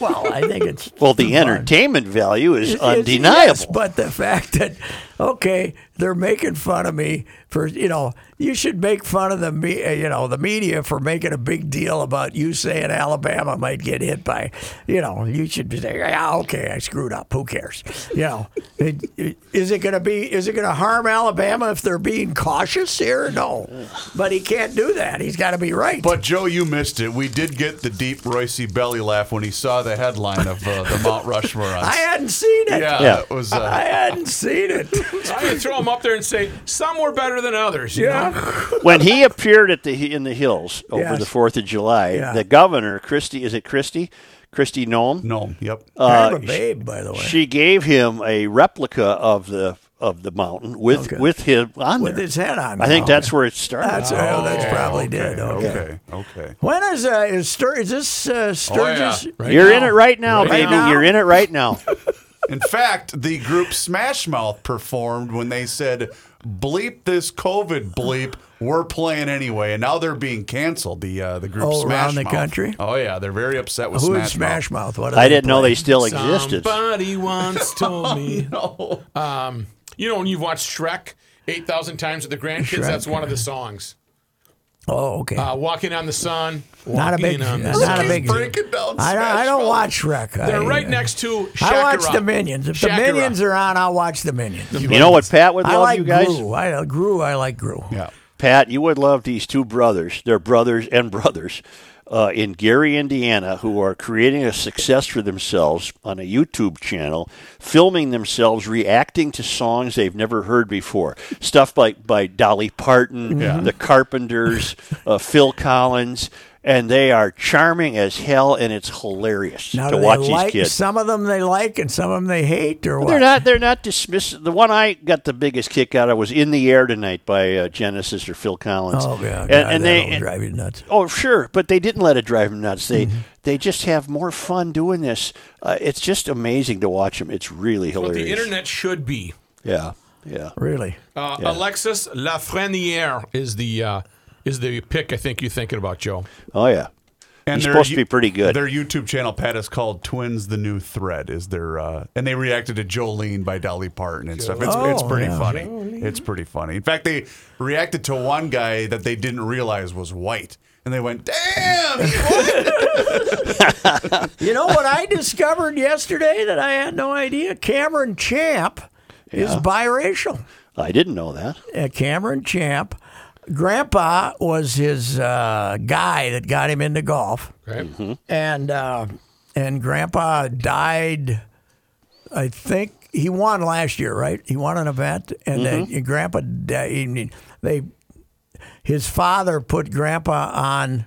Speaker 2: well, I think it's
Speaker 1: Well, the entertainment value is
Speaker 2: It's- it's- yes,
Speaker 1: undeniable.
Speaker 2: but the fact that okay, they're making fun of me for you know you should make fun of the me uh, you know the media for making a big deal about you saying Alabama might get hit by you know you should be saying yeah okay I screwed up who cares you know It- it- is it gonna be is it gonna harm Alabama if they're being cautious here no but he can't do that he's got to be right
Speaker 3: But Joe, you missed it. We did get the deep Royce belly laugh when he saw the headline of uh, the Mount Rushmore. On.
Speaker 2: I hadn't seen it
Speaker 3: yeah,
Speaker 1: Yeah.
Speaker 3: it was.
Speaker 2: I
Speaker 3: Uh,
Speaker 2: hadn't seen it
Speaker 4: I could throw them up there and say some were better than others. You know?
Speaker 2: yeah.
Speaker 1: When he appeared at the in the hills over
Speaker 2: Yes.
Speaker 1: the Fourth of July,
Speaker 2: Yeah.
Speaker 1: the governor Christie is it Christie, Christie Nome,
Speaker 3: no. Yep.
Speaker 2: I'm a babe, by the way.
Speaker 1: she gave him a replica of the of the mountain with
Speaker 2: Okay. Oh,
Speaker 1: with him on
Speaker 2: with
Speaker 1: there.
Speaker 2: his head on.
Speaker 1: I think
Speaker 2: now.
Speaker 1: that's where it started.
Speaker 2: that's oh, that's probably did. Okay.
Speaker 3: Okay. Okay.
Speaker 2: When is uh, is, Stur- is this uh, Sturgis?
Speaker 4: right
Speaker 1: You're in it right now,
Speaker 4: Right
Speaker 1: baby.
Speaker 2: now.
Speaker 1: You're in it right now.
Speaker 3: In fact, the group Smash Mouth performed when they said, "Bleep this COVID bleep, we're playing anyway," and now they're being canceled. The uh, the group
Speaker 2: Oh,
Speaker 3: Smash
Speaker 2: around the
Speaker 3: Mouth.
Speaker 2: country?
Speaker 3: Oh yeah, they're very upset with
Speaker 2: Who
Speaker 3: Smash,
Speaker 2: is Smash Mouth?
Speaker 3: Mouth.
Speaker 2: What do
Speaker 1: I didn't know they
Speaker 2: play?
Speaker 1: still existed.
Speaker 4: Somebody once told me. Um, you know when you've watched Shrek eight thousand times with the grandkids,
Speaker 2: Shrek.
Speaker 4: that's one of the songs.
Speaker 2: Oh, okay.
Speaker 4: Uh, walking on the sun.
Speaker 2: not a
Speaker 4: Walking
Speaker 2: big,
Speaker 4: on the
Speaker 2: not a
Speaker 4: Sun.
Speaker 2: big.
Speaker 3: breaking down
Speaker 2: I don't, I
Speaker 3: Smash
Speaker 2: don't
Speaker 3: Mouth.
Speaker 2: watch Wreck.
Speaker 4: They're
Speaker 2: I,
Speaker 4: right next to. Shakira.
Speaker 2: I watch the Minions. If
Speaker 4: Shakira.
Speaker 2: the Minions are on, I'll watch the Minions.
Speaker 1: You know what Pat would
Speaker 2: I
Speaker 1: love,
Speaker 2: like
Speaker 1: you guys?
Speaker 2: Gru. I uh, Gru. I like Gru.
Speaker 3: Yeah.
Speaker 1: Pat, you would love these two brothers. They're brothers and brothers uh, in Gary, Indiana, who are creating a success for themselves on a YouTube channel, filming themselves reacting to songs they've never heard before. Stuff like by Dolly Parton, The Carpenters, uh, Phil Collins. And they are charming as hell, and it's hilarious
Speaker 2: Now,
Speaker 1: to
Speaker 2: do
Speaker 1: watch
Speaker 2: they
Speaker 1: these
Speaker 2: like
Speaker 1: kids.
Speaker 2: some of them they like and some of them they hate, or what?
Speaker 1: They're not. They're not dismissive. The one I got the biggest kick out of was "In the Air Tonight" by uh, Genesis or Phil Collins.
Speaker 2: Oh yeah,
Speaker 1: and,
Speaker 2: God,
Speaker 1: and they
Speaker 2: that'll drive Mm-hmm. you nuts.
Speaker 1: Oh, sure, but they didn't let it drive them nuts. They they just have more fun doing this. Uh, it's just amazing to watch them. It's really
Speaker 4: What
Speaker 1: hilarious.
Speaker 4: the internet should be.
Speaker 1: Yeah, yeah.
Speaker 2: Really?
Speaker 4: Uh, Alexis Lafreniere is the uh, is the pick I think you're thinking about, Joe.
Speaker 1: Oh yeah.
Speaker 3: And
Speaker 1: He's
Speaker 3: their
Speaker 1: supposed to
Speaker 3: you-
Speaker 1: be pretty good.
Speaker 3: Their YouTube channel, Pat, is called Twins: The New Thread. Is their uh, and they reacted to Jolene by Dolly Parton and stuff. It's, it's
Speaker 2: Oh,
Speaker 3: pretty
Speaker 2: yeah.
Speaker 3: funny. It's pretty funny. In fact, they reacted to one guy that they didn't realize was white, and they went, "Damn!" he's white."
Speaker 2: You know what I discovered yesterday that I had no idea? Cameron Champ is biracial.
Speaker 1: I didn't know that.
Speaker 2: Uh, Cameron Champ, Grandpa was his uh, guy that got him into golf,
Speaker 4: Okay.
Speaker 2: and uh, and Grandpa died. I think he won last year, right? He won an event, and
Speaker 4: Mm-hmm.
Speaker 2: then Grandpa di- he- they his father put Grandpa on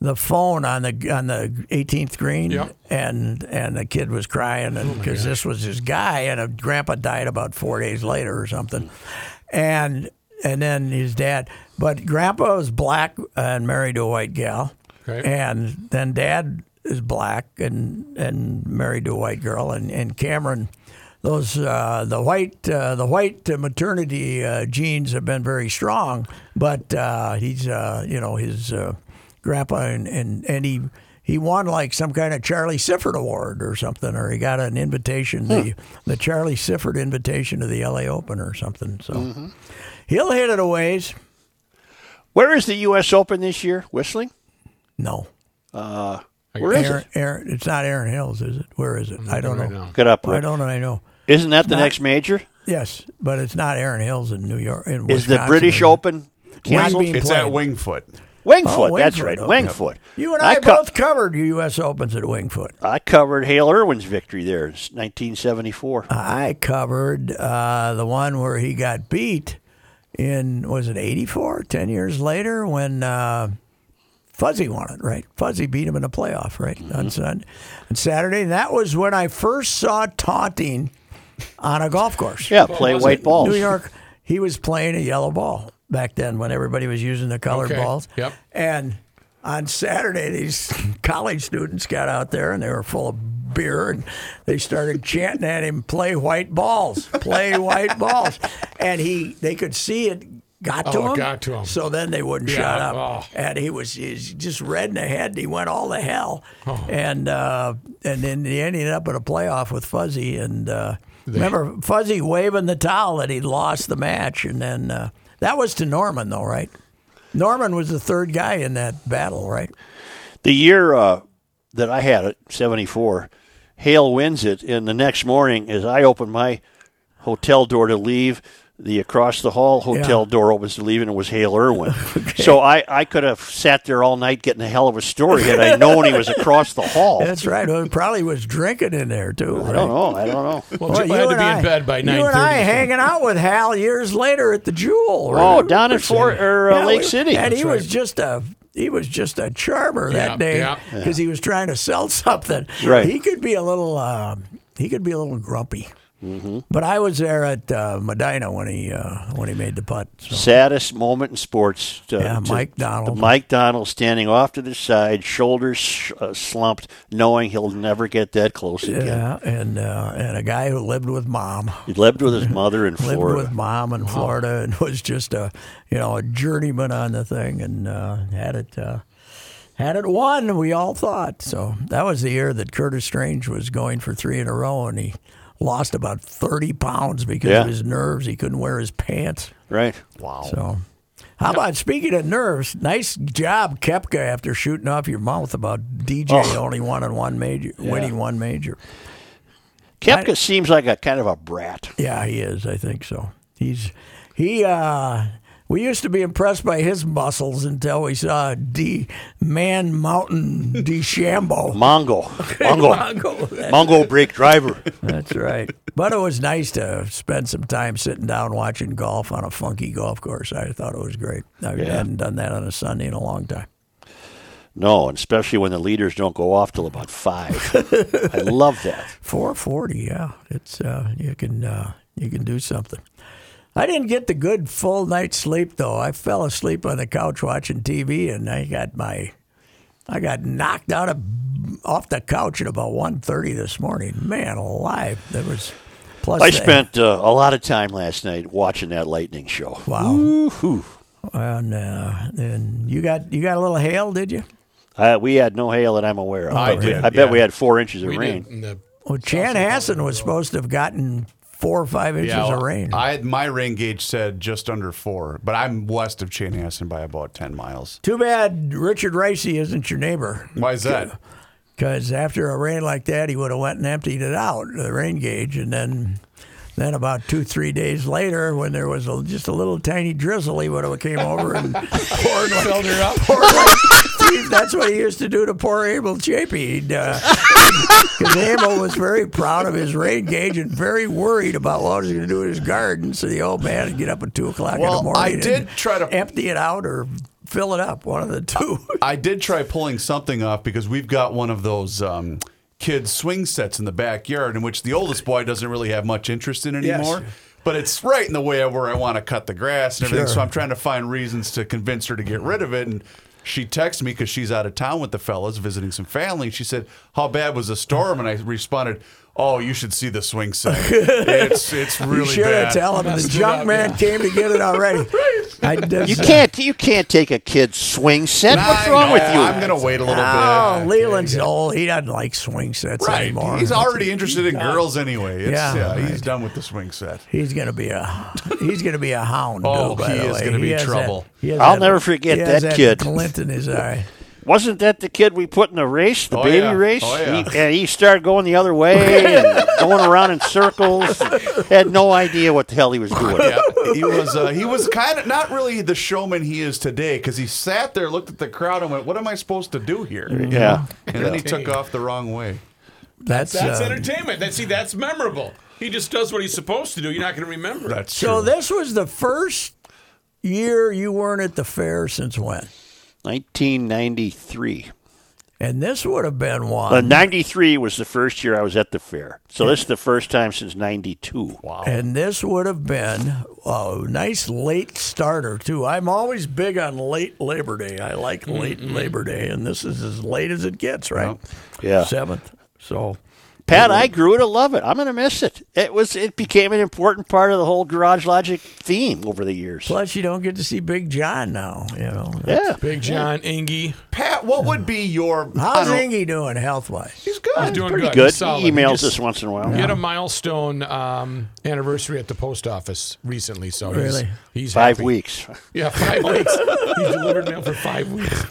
Speaker 2: the phone on the on the 18th green,
Speaker 4: Yeah. Oh
Speaker 2: and and the kid was crying because this was his guy, and uh Grandpa died about four days later or something, and and then his dad, but Grandpa was black and married to a white gal,
Speaker 4: Okay.
Speaker 2: and then Dad is black and and married to a white girl, and and Cameron. Those uh, the white uh, the white maternity uh, genes have been very strong, but uh, he's uh, you know his uh, grandpa and, and and he he won like some kind of Charlie Sifford award or something, or he got an invitation the
Speaker 1: Hmm.
Speaker 2: the Charlie Sifford invitation to the L.A. Open or something. So
Speaker 1: Mm-hmm.
Speaker 2: he'll hit it a ways.
Speaker 1: Where is the U.S. Open this year? Whistling.
Speaker 2: No,
Speaker 1: Where is
Speaker 2: Aaron,
Speaker 1: it?
Speaker 2: Aaron, it's not Aaron Hills, is it? Where is it? I don't know.
Speaker 1: Get up.
Speaker 2: I
Speaker 1: Rick.
Speaker 2: don't know. I know.
Speaker 1: Isn't that the next major?
Speaker 2: Yes, but it's not Aaron Hills in New York. In
Speaker 1: Is the
Speaker 2: Wisconsin,
Speaker 1: British
Speaker 2: it?
Speaker 1: Open
Speaker 2: Wing
Speaker 1: canceled?
Speaker 2: being
Speaker 3: it's at
Speaker 2: played.
Speaker 3: Wingfoot.
Speaker 1: Wingfoot.
Speaker 2: Oh,
Speaker 1: that's
Speaker 2: Wingfoot,
Speaker 1: right.
Speaker 2: okay.
Speaker 1: Wingfoot.
Speaker 2: You and I,
Speaker 1: co-
Speaker 2: both covered U.S. Opens at Wingfoot.
Speaker 1: I covered Hale Irwin's victory there, in 1974.
Speaker 2: I covered uh, the one where he got beat in was it 84 10 years later when uh, Fuzzy won it right Fuzzy beat him in the playoff right
Speaker 1: Mm-hmm.
Speaker 2: on, Sun, on Saturday and that was when I first saw taunting on a golf course
Speaker 1: yeah, play
Speaker 4: was
Speaker 1: white
Speaker 4: it?
Speaker 1: balls.
Speaker 2: New York he was playing a yellow ball back then when everybody was using the colored
Speaker 4: Okay,
Speaker 2: balls
Speaker 4: yep.
Speaker 2: and on Saturday, these college students got out there and they were full of beer and they started chanting at him, "Play white balls, play white balls," and he they could see it got to
Speaker 4: Oh, it
Speaker 2: him.
Speaker 4: got to him.
Speaker 2: So then they wouldn't shut
Speaker 4: Yeah,
Speaker 2: up,
Speaker 4: oh.
Speaker 2: and he was he's just red in the head. And he went all the hell,
Speaker 4: Oh.
Speaker 2: and uh, and then he ended up in a playoff with Fuzzy and. Uh, Remember Fuzzy waving the towel that he'd lost the match, and then uh, that was to Norman, though, right? Norman was the third guy in that battle, right?
Speaker 1: the year uh, that I had it, 74, Hale wins it. And the next morning, as I open my hotel door to leave, the across the hall hotel door opens to leave, and it was Hale Irwin. So I, I could have sat there all night getting a hell of a story had I known he was across the hall.
Speaker 2: That's right. Well, he probably was drinking in there too.
Speaker 1: I don't know. I don't know.
Speaker 4: Oh, Well, Joe had to be in bed by nine
Speaker 2: You and I
Speaker 4: thirty.
Speaker 2: hanging out with Hal years later at the Jewel.
Speaker 1: Oh,
Speaker 2: remember?
Speaker 1: down in Flor- or, uh,
Speaker 2: Yeah,
Speaker 1: Lake
Speaker 2: we-
Speaker 1: City.
Speaker 2: and he
Speaker 1: That's
Speaker 2: was just a he was just a charmer that
Speaker 4: Yeah,
Speaker 2: day
Speaker 4: yeah.
Speaker 2: because he was trying to sell something.
Speaker 1: Right.
Speaker 2: He could be a little um, he could be a little grumpy.
Speaker 1: Mm-hmm.
Speaker 2: But I was there at uh, Medina when he uh, when he made the putt. So.
Speaker 1: Saddest moment in sports. To,
Speaker 2: Yeah,
Speaker 1: to-
Speaker 2: Mike Donald.
Speaker 1: to Mike Donald standing off to the side, shoulders uh, slumped, knowing he'll never get that close again.
Speaker 2: Yeah, and uh, and a guy who lived with mom.
Speaker 1: He lived with his mother in
Speaker 2: lived
Speaker 1: Florida.
Speaker 2: with mom in Florida and was just a you know a journeyman on the thing and uh, had it uh, had it won. We all thought so. That was the year that Curtis Strange was going for three in a row and he lost about thirty pounds because
Speaker 1: Yeah.
Speaker 2: of his nerves. He couldn't wear his pants.
Speaker 1: Right.
Speaker 3: Wow.
Speaker 2: So How about speaking of nerves? Nice job, Kepka, after shooting off your mouth about DJ
Speaker 1: Oh.
Speaker 2: only won on one major, winning one major.
Speaker 1: Kepka seems like a kind of a brat.
Speaker 2: Yeah, he is. I think so. He's he. uh We used to be impressed by his muscles until we saw D Man Mountain DeChambeau.
Speaker 1: Mongo. Mongo.
Speaker 2: Mongo.
Speaker 1: Mongo brake driver.
Speaker 2: That's right. But it was nice to spend some time sitting down watching golf on a funky golf course. I thought it was great. I hadn't done that on a Sunday in a long time.
Speaker 1: No, and especially when the leaders don't go off till about five. I love that.
Speaker 2: 440 yeah it's uh you can uh you can do something i didn't get the good full night's sleep though i fell asleep on the couch watching tv and i got my i got knocked out of off the couch at about 1.30 this morning man alive there was plus
Speaker 1: I
Speaker 2: they-
Speaker 1: spent uh, a lot of time last night watching that lightning show.
Speaker 2: Wow.
Speaker 1: Woo-hoo.
Speaker 2: and, uh, and you got you got a little hail did you
Speaker 1: Uh, we had no hail that I'm aware of.
Speaker 4: I did,
Speaker 1: I bet
Speaker 4: yeah.
Speaker 1: we had four inches of
Speaker 4: We
Speaker 1: rain.
Speaker 4: did, and the-
Speaker 2: well chan hassan was supposed to have gotten four or five inches
Speaker 3: Yeah,
Speaker 2: of rain
Speaker 3: I had my rain gauge said just under four, but I'm west of Chanhassen by about ten miles.
Speaker 2: too bad richard ricey isn't your neighbor
Speaker 3: Why is that?
Speaker 2: because after a rain like that, he would have went and emptied it out the rain gauge, and then then about two three days later, when there was a, just a little tiny drizzle, he would have came over and poured like, filled her up. Poured like, three- that's what he used to do to poor Abel Chapey. He'd, uh, because Abel was very proud of his rain gauge and very worried about what he was going to do in his garden. So the old man would get up at two o'clock in
Speaker 3: Well,
Speaker 2: the morning.
Speaker 3: I did
Speaker 2: and
Speaker 3: try to-
Speaker 2: empty it out or fill it up, one of the two.
Speaker 3: I did try pulling something off because we've got one of those um, kids swing sets in the backyard, in which the oldest boy doesn't really have much interest in anymore. But it's right in the way of where I want to cut the grass and everything.
Speaker 2: Sure.
Speaker 3: So I'm trying to find reasons to convince her to get rid of it. And she texted me because she's out of town with the fellas visiting some family. She said, "How bad was the storm?" And I responded. Oh, you should see the swing set. It's it's really
Speaker 2: You should
Speaker 3: bad.
Speaker 2: have told him the
Speaker 4: Messed it
Speaker 2: junk
Speaker 4: up,
Speaker 2: man
Speaker 4: yeah.
Speaker 2: came to get it already. I just,
Speaker 1: You can't you can't take a kid's swing set. What's
Speaker 3: I
Speaker 1: wrong
Speaker 3: know,
Speaker 1: with you?
Speaker 3: I'm gonna wait a little
Speaker 2: Oh,
Speaker 3: bit.
Speaker 2: Leland's old. He doesn't like swing sets
Speaker 3: Right.
Speaker 2: anymore.
Speaker 3: He's already interested in girls anyway. It's,
Speaker 2: Yeah,
Speaker 3: yeah,
Speaker 2: right.
Speaker 3: he's done with the swing set.
Speaker 2: He's gonna be a he's gonna be a hound.
Speaker 3: Oh,
Speaker 2: though, by
Speaker 3: he
Speaker 2: the
Speaker 3: is
Speaker 2: way.
Speaker 3: gonna be
Speaker 2: He has
Speaker 3: trouble.
Speaker 2: that- he has
Speaker 1: I'll
Speaker 2: that-
Speaker 1: never forget
Speaker 2: he has
Speaker 1: that kid.
Speaker 2: glint in his eye.
Speaker 1: Wasn't that the kid we put in a race, the
Speaker 3: Oh,
Speaker 1: baby
Speaker 3: yeah.
Speaker 1: race?
Speaker 3: Oh, yeah.
Speaker 1: he, and he started going the other way and going around in circles. had no idea what the hell he was doing.
Speaker 3: Yeah, he was. Uh, he was kind of not really the showman he is today because he sat there, looked at the crowd, and went, "What am I supposed to do here?"
Speaker 1: Yeah.
Speaker 3: And then he took off the wrong way.
Speaker 2: That's,
Speaker 4: that's
Speaker 2: uh,
Speaker 4: entertainment. That see, that's memorable. He just does what he's supposed to do. You're not going to remember. it.
Speaker 2: so. This was the first year you weren't at the fair since when,
Speaker 1: 1993.
Speaker 2: and this would have been one.
Speaker 1: Uh, 93 was the first year I was at the fair. So this is the first time since 92. Wow.
Speaker 2: And this would have been a nice late starter too. I'm always big on late Labor Day. I like late Labor Day, and this is as late as it gets, right?
Speaker 1: Yeah.
Speaker 2: seventh. So
Speaker 1: Pat, I grew to love it. I'm going to miss it. It was it became an important part of the whole Garage Logic theme over the years.
Speaker 2: plus, you don't get to see Big John now. You know,
Speaker 1: Yeah.
Speaker 4: Big John Ingy.
Speaker 3: Pat, what would be your? I
Speaker 2: how's
Speaker 3: don't-
Speaker 2: Ingy doing health wise?
Speaker 3: He's good.
Speaker 4: He's doing
Speaker 1: Pretty
Speaker 4: good.
Speaker 1: good.
Speaker 4: He's solid.
Speaker 1: He emails
Speaker 4: just
Speaker 1: us once in a while.
Speaker 4: He had a milestone um, anniversary at the post office recently, so
Speaker 2: Really?
Speaker 4: he's, he's
Speaker 1: Five
Speaker 4: happy.
Speaker 1: weeks.
Speaker 4: Yeah, five weeks. he delivered mail for five weeks.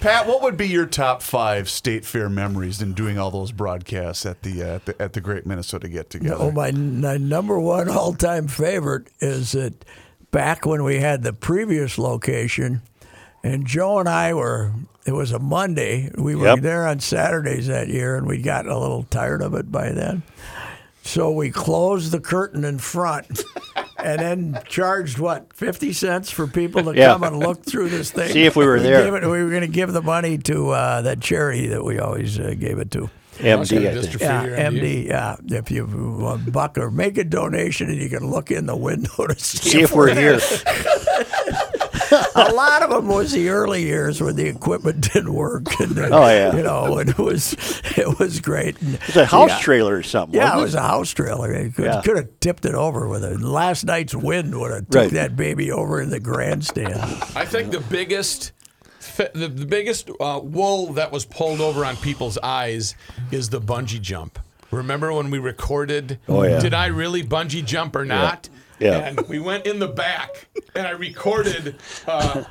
Speaker 3: Pat, what would be your top five state fair memories in doing all those broadcasts at the uh, at the, at the Great Minnesota Get Together?
Speaker 2: Oh, my, my number one all time favorite is that back when we had the previous location, and Joe and I were, it was a Monday. We were
Speaker 1: Yep.
Speaker 2: there on Saturdays that year, and we'd gotten a little tired of it by then. So we closed the curtain in front. And then charged what fifty cents for people to
Speaker 1: Yeah.
Speaker 2: come and look through this thing.
Speaker 1: See if we were there.
Speaker 2: gave it- we were going to give the money to uh, that charity that we always uh, gave it to.
Speaker 1: MD, I think.
Speaker 4: Dystrophy
Speaker 2: Yeah,
Speaker 4: or
Speaker 2: MD. Yeah, if you want a buck or make a donation, and you can look in the window to see,
Speaker 1: See if we're here.
Speaker 2: A lot of them was the early years when the equipment didn't work. And the,
Speaker 1: Oh, yeah.
Speaker 2: you know, and it was it was great. And,
Speaker 1: It's a house
Speaker 2: Yeah.
Speaker 1: trailer or something.
Speaker 2: yeah, it
Speaker 1: wasn't
Speaker 2: was a house trailer. It could,
Speaker 1: Yeah.
Speaker 2: could have tipped it over with it. Last night's wind would have took
Speaker 1: Right.
Speaker 2: that baby over in the grandstand.
Speaker 4: I think the biggest, fe- the, the biggest uh, wool that was pulled over on people's eyes is the bungee jump. Remember when we recorded?
Speaker 1: Oh, yeah.
Speaker 4: Did I really bungee jump or not?
Speaker 1: Yeah.
Speaker 4: And we went in the back, and I recorded uh,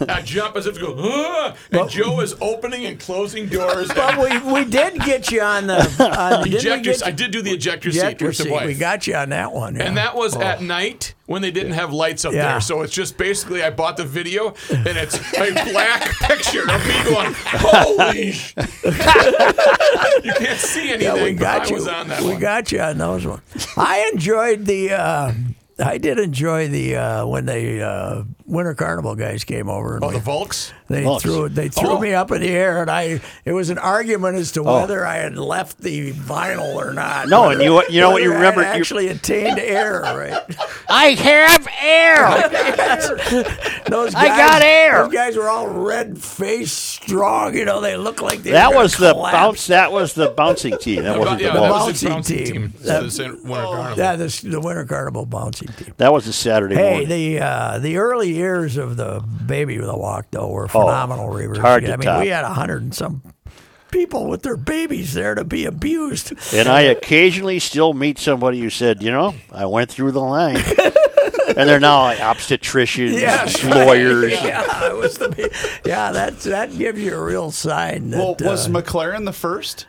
Speaker 4: a jump as if to go, "Huh," and Joe is opening and closing doors.
Speaker 2: But we, we did get you on the on, didn't we
Speaker 4: Ejector,
Speaker 2: get
Speaker 4: I did do the ejector,
Speaker 2: you-
Speaker 4: seat with the wife.
Speaker 2: We got you on that one. yeah.
Speaker 4: And that was at night when they didn't have lights up
Speaker 2: Oh. Yeah.
Speaker 4: there. So it's just basically I bought the video and it's a black picture of me going, holy sh-" You can't see anything.
Speaker 2: Yeah, we
Speaker 4: but
Speaker 2: got
Speaker 4: I
Speaker 2: you.
Speaker 4: was on that
Speaker 2: we
Speaker 4: one.
Speaker 2: got you on those ones. I enjoyed the. Uh, I did enjoy the uh, when the uh, Winter Carnival guys came over and
Speaker 3: Oh,
Speaker 2: we-
Speaker 3: the Volks?
Speaker 2: they
Speaker 1: Volks.
Speaker 2: threw they threw
Speaker 4: Oh.
Speaker 2: me up in the air and I it was an argument as to whether I had left the vinyl or not.
Speaker 1: Oh. No,
Speaker 2: whether-
Speaker 1: and you- you know what you
Speaker 2: whether I had
Speaker 1: remember- you-
Speaker 2: actually attained air, right?
Speaker 1: I have air.
Speaker 2: Those
Speaker 1: I
Speaker 2: guys,
Speaker 1: got air.
Speaker 2: Those guys were all red faced, strong. You know, they look like they
Speaker 1: That
Speaker 2: were gonna
Speaker 1: was the
Speaker 2: collapse.
Speaker 1: bounce. That was the bouncing team. That wasn't
Speaker 4: yeah,
Speaker 1: the
Speaker 4: that
Speaker 1: ball.
Speaker 4: was the
Speaker 2: Bouncy
Speaker 4: bouncing
Speaker 2: team. Oh.
Speaker 4: team.
Speaker 3: So this ain't Winter Carnival.
Speaker 2: Yeah, this, the Winter Carnival bouncing team.
Speaker 1: That was a Saturday
Speaker 2: Hey,
Speaker 1: morning.
Speaker 2: the uh, the early years of the baby with a walk though were phenomenal reavers.
Speaker 1: Oh, hard to
Speaker 2: I mean,
Speaker 1: top.
Speaker 2: we had a hundred and some people with their babies there to be abused.
Speaker 1: and I occasionally still meet somebody who said, "You know, I went through the line," and they're now like obstetricians,
Speaker 2: Yes.
Speaker 1: lawyers.
Speaker 2: yeah, it was the, yeah, that's that gives you a real sign that
Speaker 3: Well, was
Speaker 2: uh,
Speaker 3: McLaren the first?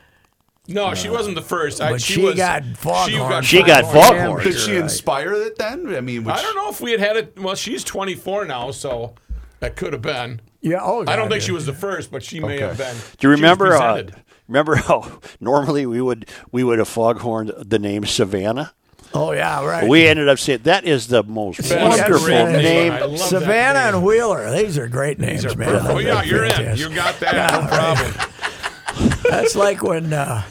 Speaker 4: No, she wasn't the first. I,
Speaker 2: but she,
Speaker 4: was,
Speaker 2: got foghorn.
Speaker 1: She got
Speaker 2: foghorn.
Speaker 1: foghorn.
Speaker 3: Did she
Speaker 2: You're right.
Speaker 3: inspire it then? I mean, which,
Speaker 4: I don't know if we had had it. Well, she's 24 now, so that could have been.
Speaker 2: Yeah, oh,
Speaker 4: I don't
Speaker 2: God,
Speaker 4: think she
Speaker 2: yeah.
Speaker 4: was the first, but she may
Speaker 3: Okay.
Speaker 4: have been.
Speaker 1: Do
Speaker 4: She
Speaker 1: you
Speaker 4: was
Speaker 1: remember? Uh,
Speaker 4: presented.
Speaker 1: remember how normally we would we would have foghorned the name Savannah.
Speaker 2: Oh yeah, right.
Speaker 1: We ended up saying that is the most
Speaker 4: That's
Speaker 1: wonderful
Speaker 4: great
Speaker 1: name.
Speaker 4: I love that
Speaker 2: Savannah
Speaker 4: name.
Speaker 2: and Wheeler. These are great names, man. I
Speaker 4: Oh
Speaker 2: think
Speaker 4: yeah,
Speaker 2: they're
Speaker 4: you're in.
Speaker 2: fantastic.
Speaker 4: You got that. No problem.
Speaker 2: That's like when uh,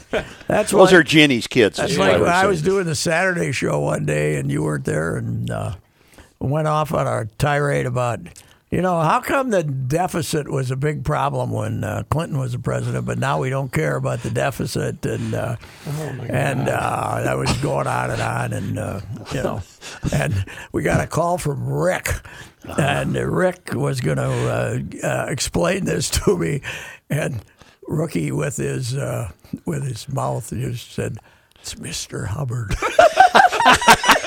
Speaker 2: that's
Speaker 1: Those
Speaker 2: what,
Speaker 1: are Ginny's kids.
Speaker 2: That's
Speaker 1: is
Speaker 2: like
Speaker 1: what
Speaker 2: when
Speaker 1: I
Speaker 2: I
Speaker 1: would
Speaker 2: was
Speaker 1: say.
Speaker 2: doing the Saturday show one day and you weren't there and uh, went off on our tirade about, you know, how come the deficit was a big problem when uh, Clinton was the president, but now we don't care about the deficit and uh, and uh, that was going on and on and uh, you know, and we got a call from Rick and Rick was going to uh, uh, explain this to me and. Rookie with his uh, with his mouth just said, "It's Mr. Hubbard."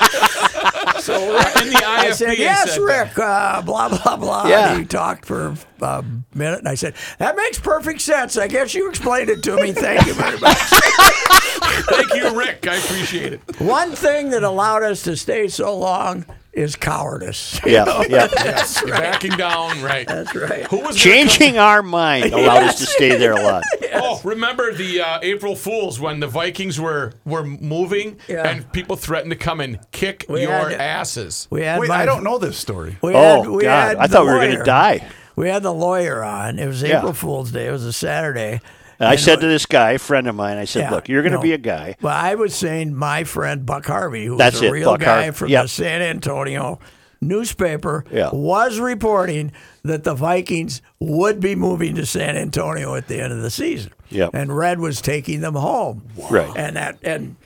Speaker 4: So in the IFB,
Speaker 2: I said, "Yes,
Speaker 4: said,
Speaker 2: Rick." Uh, blah blah blah.
Speaker 1: Yeah.
Speaker 2: And he talked for a minute, and I said, "That makes perfect sense. I guess you explained it to me. Thank you very much."
Speaker 4: Thank you, Rick. I appreciate it.
Speaker 2: One thing that allowed us to stay so long is cowardice.
Speaker 1: Yeah, yeah.
Speaker 4: Yes, you're backing down, right?
Speaker 2: That's right.
Speaker 4: Who was
Speaker 1: Changing our mind allowed us to stay there a lot.
Speaker 4: gonna- Oh, remember the uh, April Fools when the Vikings were were moving
Speaker 2: Yeah.
Speaker 4: and people threatened to come and kick
Speaker 2: We
Speaker 4: your
Speaker 2: had-
Speaker 4: asses.
Speaker 2: We had
Speaker 3: wait,
Speaker 2: my-
Speaker 3: I don't know this story.
Speaker 2: We had,
Speaker 1: Oh
Speaker 2: we
Speaker 1: God!
Speaker 2: had
Speaker 1: I
Speaker 2: the
Speaker 1: thought we were going
Speaker 2: lawyer.
Speaker 1: to die.
Speaker 2: We had the lawyer on. It was
Speaker 1: Yeah.
Speaker 2: April Fool's Day. It was a Saturday.
Speaker 1: And I said to this guy, a friend of mine, I said,
Speaker 2: Yeah,
Speaker 1: "Look, you're going to
Speaker 2: no.
Speaker 1: be a guy."
Speaker 2: Well, I was saying my friend Buck Harvey, who
Speaker 1: That's
Speaker 2: was a
Speaker 1: it,
Speaker 2: real
Speaker 1: Buck
Speaker 2: guy
Speaker 1: Harvey.
Speaker 2: from
Speaker 1: Yep.
Speaker 2: the San Antonio newspaper,
Speaker 1: Yeah.
Speaker 2: was reporting that the Vikings would be moving to San Antonio at the end of the season.
Speaker 1: Yep.
Speaker 2: And Red was taking them home.
Speaker 1: Right.
Speaker 2: And that and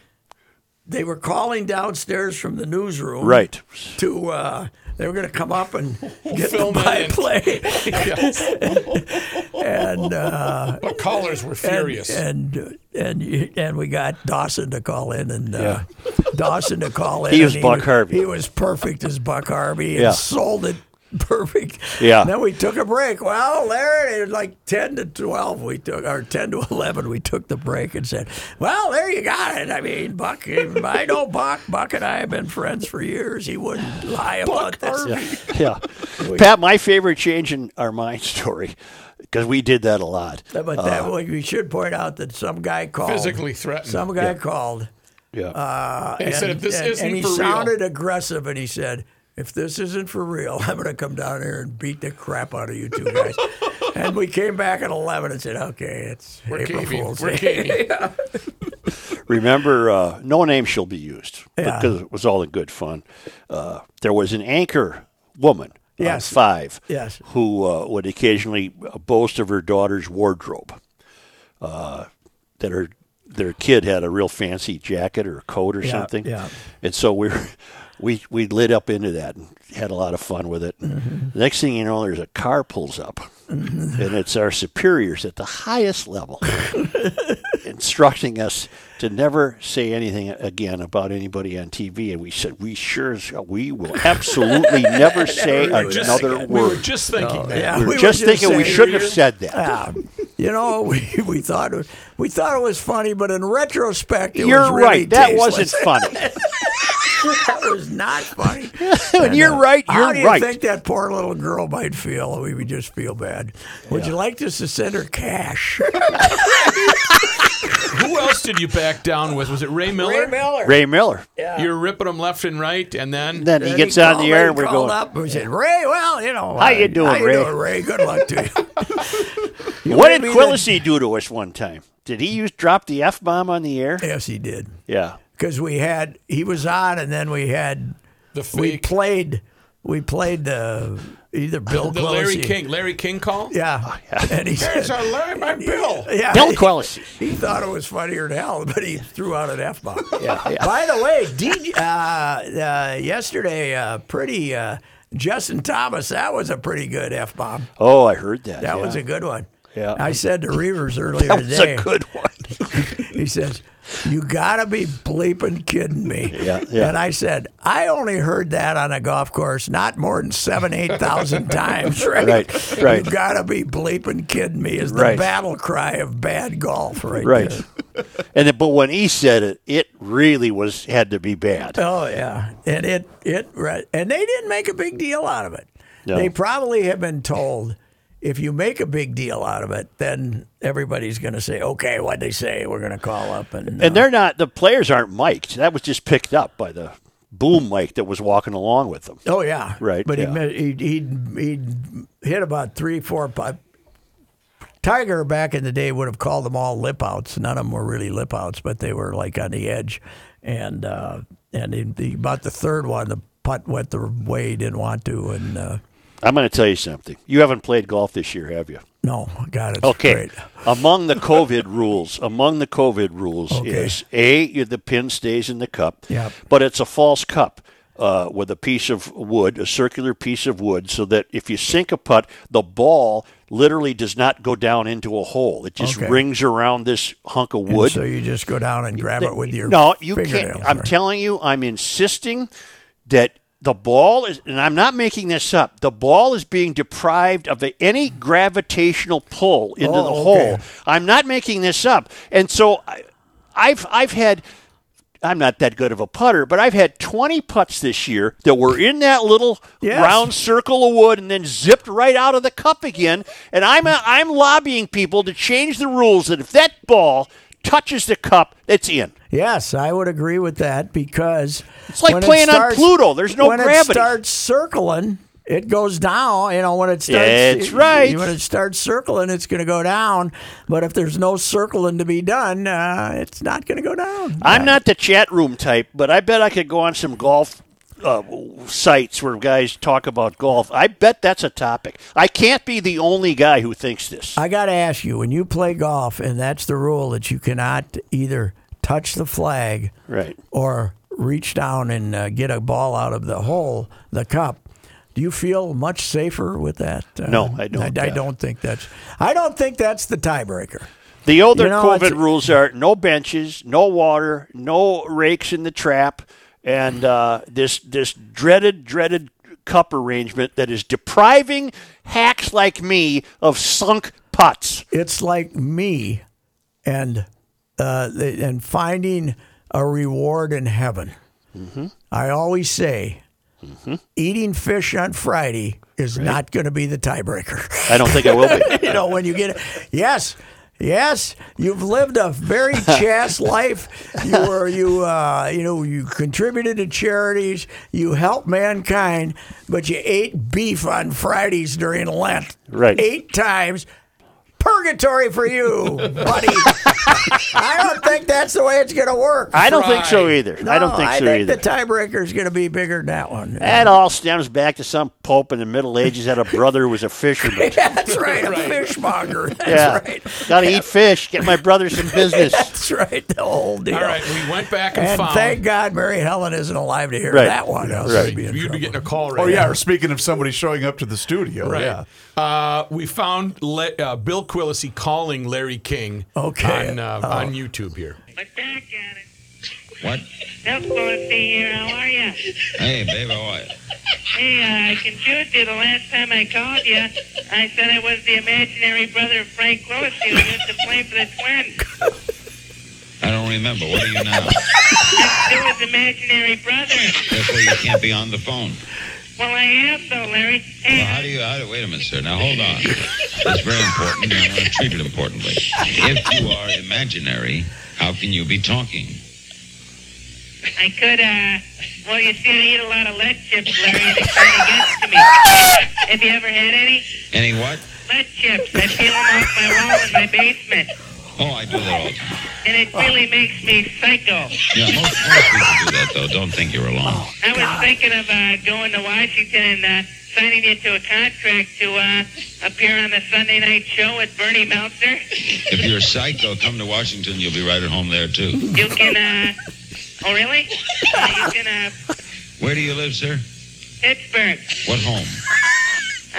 Speaker 2: they were calling downstairs from the newsroom
Speaker 1: Right.
Speaker 2: to uh, they were going to come up and get the
Speaker 4: Film that in.
Speaker 2: play.
Speaker 4: Yes.
Speaker 2: and uh,
Speaker 4: The callers were furious.
Speaker 2: And and and, you- and we got Dawson to call in and uh, Dawson to call in.
Speaker 1: He
Speaker 2: and
Speaker 1: was Buck Harvey.
Speaker 2: He was perfect as Buck Harvey. And
Speaker 1: Yeah.
Speaker 2: sold it perfect.
Speaker 1: Yeah.
Speaker 2: Then we took a break. Well, there it is, like ten to twelve. We took or ten to eleven. We took the break and said, "Well, there you got it. I mean, Buck. I know Buck. Buck and I have been friends for years. He wouldn't lie about this."
Speaker 1: Yeah. Pat, my favorite change in our mind story, because we did that a lot.
Speaker 2: But that
Speaker 1: Uh.
Speaker 2: we should point out that some guy called
Speaker 4: Physically threatened.
Speaker 2: Some guy called. uh,
Speaker 1: Yeah.
Speaker 4: He said, if this
Speaker 2: and,
Speaker 4: isn't
Speaker 2: and he
Speaker 4: for real-
Speaker 2: sounded aggressive, and he said, "If this isn't for real, I'm going to come down here and beat the crap out of you two guys." and we came back at eleven and said, "Okay, it's
Speaker 4: we're
Speaker 2: April
Speaker 4: caving.
Speaker 2: Fool's
Speaker 4: We're
Speaker 2: Day."
Speaker 4: caving.
Speaker 1: Remember, uh, no name shall be used
Speaker 2: Yeah.
Speaker 1: because it was all in good fun. Uh, there was an anchor woman, on
Speaker 2: Yes.
Speaker 1: five,
Speaker 2: Yes.
Speaker 1: who uh, would occasionally boast of her daughter's wardrobe. Uh, that her their kid had a real fancy jacket or coat or
Speaker 2: Yeah,
Speaker 1: something,
Speaker 2: yeah.
Speaker 1: and so we were, we we lit up into that and had a lot of fun with it.
Speaker 2: Mm-hmm.
Speaker 1: Next thing you know, there's a car pulls up, and it's our superiors at the highest level instructing us to never say anything again about anybody on TV. And we said, we sure as hell- we will absolutely never say
Speaker 4: We're just
Speaker 1: another
Speaker 4: thinking-
Speaker 1: word.
Speaker 4: We were just thinking that.
Speaker 2: yeah.
Speaker 1: We were
Speaker 2: we were
Speaker 1: just
Speaker 2: just
Speaker 1: thinking we
Speaker 2: saying-
Speaker 1: shouldn't have said that.
Speaker 2: Yeah. You know, we, we thought it was, we thought it was funny, but in retrospect, it
Speaker 1: You're
Speaker 2: was really
Speaker 1: right. That wasn't
Speaker 2: tasteless.
Speaker 1: funny.
Speaker 2: that was not funny.
Speaker 1: And you're right.
Speaker 2: How
Speaker 1: You're
Speaker 2: do you
Speaker 1: right.
Speaker 2: think that poor little girl might feel? We would just feel bad. Would you like us to send her cash?
Speaker 4: Who else did you back down with? Was it Ray Miller?
Speaker 2: Miller.
Speaker 1: Ray Miller.
Speaker 4: You're ripping them left and right, and then
Speaker 1: Then he gets on the air, and we're going.
Speaker 2: up. We said, Ray, well, you know,
Speaker 1: How you
Speaker 2: uh,
Speaker 1: doing,
Speaker 2: how you
Speaker 1: Ray?"
Speaker 2: doing, Ray? Good luck to you.
Speaker 1: What
Speaker 2: may
Speaker 1: did
Speaker 2: be
Speaker 1: Quillisi do to us one time? Did he use drop the f bomb on the air?
Speaker 2: yes, he did.
Speaker 1: Yeah.
Speaker 2: because we had he was on, and then we had
Speaker 4: the
Speaker 2: we
Speaker 4: fake,
Speaker 2: played we played the either Bill
Speaker 4: the Larry
Speaker 2: Quillisi-
Speaker 4: King, Larry King call.
Speaker 2: Yeah. and he said,
Speaker 4: Larry, my Bill.
Speaker 2: yeah,
Speaker 1: Oh, Bill
Speaker 2: he-
Speaker 1: Quillisi.
Speaker 2: He thought it was funnier than hell, but he threw out an f bomb.
Speaker 1: Yeah, yeah.
Speaker 2: By the way, DJ, uh, uh, yesterday, uh, pretty uh, Justin Thomas. That was a pretty good f bomb.
Speaker 1: Oh, I heard that.
Speaker 2: That
Speaker 1: yeah.
Speaker 2: was a good one.
Speaker 1: Yeah.
Speaker 2: I said to Reavers earlier
Speaker 1: that was
Speaker 2: today.
Speaker 1: a good one.
Speaker 2: He says, "You gotta be bleeping kidding me."
Speaker 1: Yeah, yeah.
Speaker 2: And I said, "I only heard that on a golf course, not more than seven, eight thousand times." Right,
Speaker 1: Right, right.
Speaker 2: You gotta be bleeping kidding me is the
Speaker 1: Right.
Speaker 2: battle cry of bad golf, right?
Speaker 1: right.
Speaker 2: there.
Speaker 1: and then, but when he said it, it really was had to be bad.
Speaker 2: Oh yeah, and it it right, and they didn't make a big deal out of it.
Speaker 1: No.
Speaker 2: They probably have been told. If you make a big deal out of it, then everybody's going to say, "Okay, what'd they say?" We're going to call up and,
Speaker 1: And they're not the players aren't mic'd. That was just picked up by the boom mic that was walking along with them.
Speaker 2: Oh yeah,
Speaker 1: Right,
Speaker 2: But
Speaker 1: yeah.
Speaker 2: he he he he hit about three, four. Five. Tiger back in the day would have called them all lip outs. None of them were really lip outs, but they were like on the edge. And uh, and in the, about the third one, the putt went the way he didn't want to. And uh,
Speaker 1: I'm going to tell you something. You haven't played golf this year, have you?
Speaker 2: no, God, it's
Speaker 1: Okay.
Speaker 2: great.
Speaker 1: Among the COVID rules, among the COVID rules
Speaker 2: Okay.
Speaker 1: is a you- the pin stays in the cup,
Speaker 2: Yep.
Speaker 1: but it's a false cup uh, with a piece of wood, a circular piece of wood, so that if you sink a putt, the ball literally does not go down into a hole. It just
Speaker 2: Okay.
Speaker 1: rings around this hunk of
Speaker 2: And
Speaker 1: wood.
Speaker 2: So you just go down and grab it with your
Speaker 1: No, you can't.
Speaker 2: fingernails,
Speaker 1: I'm
Speaker 2: right?
Speaker 1: telling you, I'm insisting that the ball is, and I'm not making this up, the ball is being deprived of any gravitational pull into
Speaker 2: Oh,
Speaker 1: the
Speaker 2: okay.
Speaker 1: hole. I'm not making this up. And so I, I've, I've had. I'm not that good of a putter, but I've had 20 putts this year that were in that little
Speaker 2: Yes.
Speaker 1: round circle of wood and then zipped right out of the cup again. And I'm I'm lobbying people to change the rules that if that ball touches the cup, it's in.
Speaker 2: Yes, I would agree with that because
Speaker 1: It's like
Speaker 2: when it
Speaker 1: playing on Pluto. There's no
Speaker 2: when
Speaker 1: gravity.
Speaker 2: it starts circling, it goes down. You know when it starts.
Speaker 1: That's right.
Speaker 2: When it starts circling, it's going to go down. But if there's no circling to be done, uh, it's not going to go down.
Speaker 1: I'm not the chat room type, but I bet I could go on some golf uh, sites where guys talk about golf. I bet that's a topic. I can't be the only guy who thinks this.
Speaker 2: I got to ask you when you play golf, and that's the rule that you cannot either touch the flag
Speaker 1: Right.
Speaker 2: or reach down and uh, get a ball out of the hole, the cup. Do you feel much safer with that? Uh,
Speaker 1: No, I don't,
Speaker 2: I, I
Speaker 1: uh,
Speaker 2: don't think that's. I don't think that's the tiebreaker.
Speaker 1: The older
Speaker 2: You know,
Speaker 1: COVID
Speaker 2: it's-
Speaker 1: rules are no benches, no water, no rakes in the trap, and uh, this this dreaded dreaded cup arrangement that is depriving hacks like me of sunk putts.
Speaker 2: It's like me, and uh, and finding a reward in heaven.
Speaker 1: Mm-hmm.
Speaker 2: I always say, eating fish on Friday is not going to be the tiebreaker.
Speaker 1: I don't think I will be.
Speaker 2: you know, when you get it. Yes. Yes, you've lived a very chaste life. You were you uh, you know you contributed to charities. You helped mankind, but you ate beef on Fridays during Lent.
Speaker 1: Right.
Speaker 2: eight times. purgatory for you, buddy. I don't think that's the way it's going to work.
Speaker 1: I don't think so
Speaker 4: Fry.
Speaker 1: either. I don't
Speaker 2: No,
Speaker 1: think
Speaker 2: I
Speaker 1: so
Speaker 2: think
Speaker 1: either.
Speaker 2: the tiebreaker is going to be bigger than that one.
Speaker 1: that all stems back to some pope in the Middle Ages had a brother who was a fisherman.
Speaker 2: That's right, a fishmonger. That's
Speaker 1: yeah,
Speaker 2: right.
Speaker 1: got to eat fish. Get my brother some business.
Speaker 2: That's right, the whole deal.
Speaker 4: All right, we went back and,
Speaker 2: And
Speaker 4: found.
Speaker 2: thank God Mary Helen isn't alive to hear
Speaker 1: Right.
Speaker 2: that one. Else
Speaker 1: Right.
Speaker 2: we'd be in
Speaker 4: You'd be
Speaker 2: trouble.
Speaker 4: getting a call right
Speaker 3: Oh
Speaker 4: now.
Speaker 3: yeah, or speaking of somebody showing up to the studio.
Speaker 4: Right.
Speaker 3: Yeah.
Speaker 4: Uh, we found Le- uh, Bill Quillisi calling Larry King
Speaker 2: Okay.
Speaker 4: on, uh, on YouTube here.
Speaker 6: But back at it.
Speaker 7: What?
Speaker 6: That's going to be here. How are you?
Speaker 7: Hey, baby, oh, what?
Speaker 6: Hey, uh, I confused you the last time I called you. I said I was the imaginary brother of Frank Willis who used to play for the Twins.
Speaker 7: I don't remember. What are you now?
Speaker 6: Who was imaginary brother?
Speaker 7: Therefore, you can't be on the phone.
Speaker 6: Well, I am though, Larry. Hey,
Speaker 7: Well, how do you? How do, wait a minute, sir. Now hold on. It's very important, and I want to treat it importantly. If you are imaginary, how can you be talking?
Speaker 6: I could, uh, well, you see, I eat a lot of lead chips, Larry, and it kind of gets to me. Have you ever had any?
Speaker 7: Any what?
Speaker 6: Lead chips. I peel them off my wall in my basement,
Speaker 7: Oh, I do that all the time.
Speaker 6: and it really makes me psycho.
Speaker 7: Yeah, most, most people do that though. Don't think you're alone.
Speaker 6: I was thinking of uh, going to Washington and uh, signing you to a contract to uh, appear on the Sunday night show with Bernie Meltzer.
Speaker 7: If you're a psycho, come to Washington. You'll be right at home there too.
Speaker 6: You can, uh, oh really? Uh, you can, uh,
Speaker 7: Where do you live, sir?
Speaker 6: Pittsburgh.
Speaker 7: What home?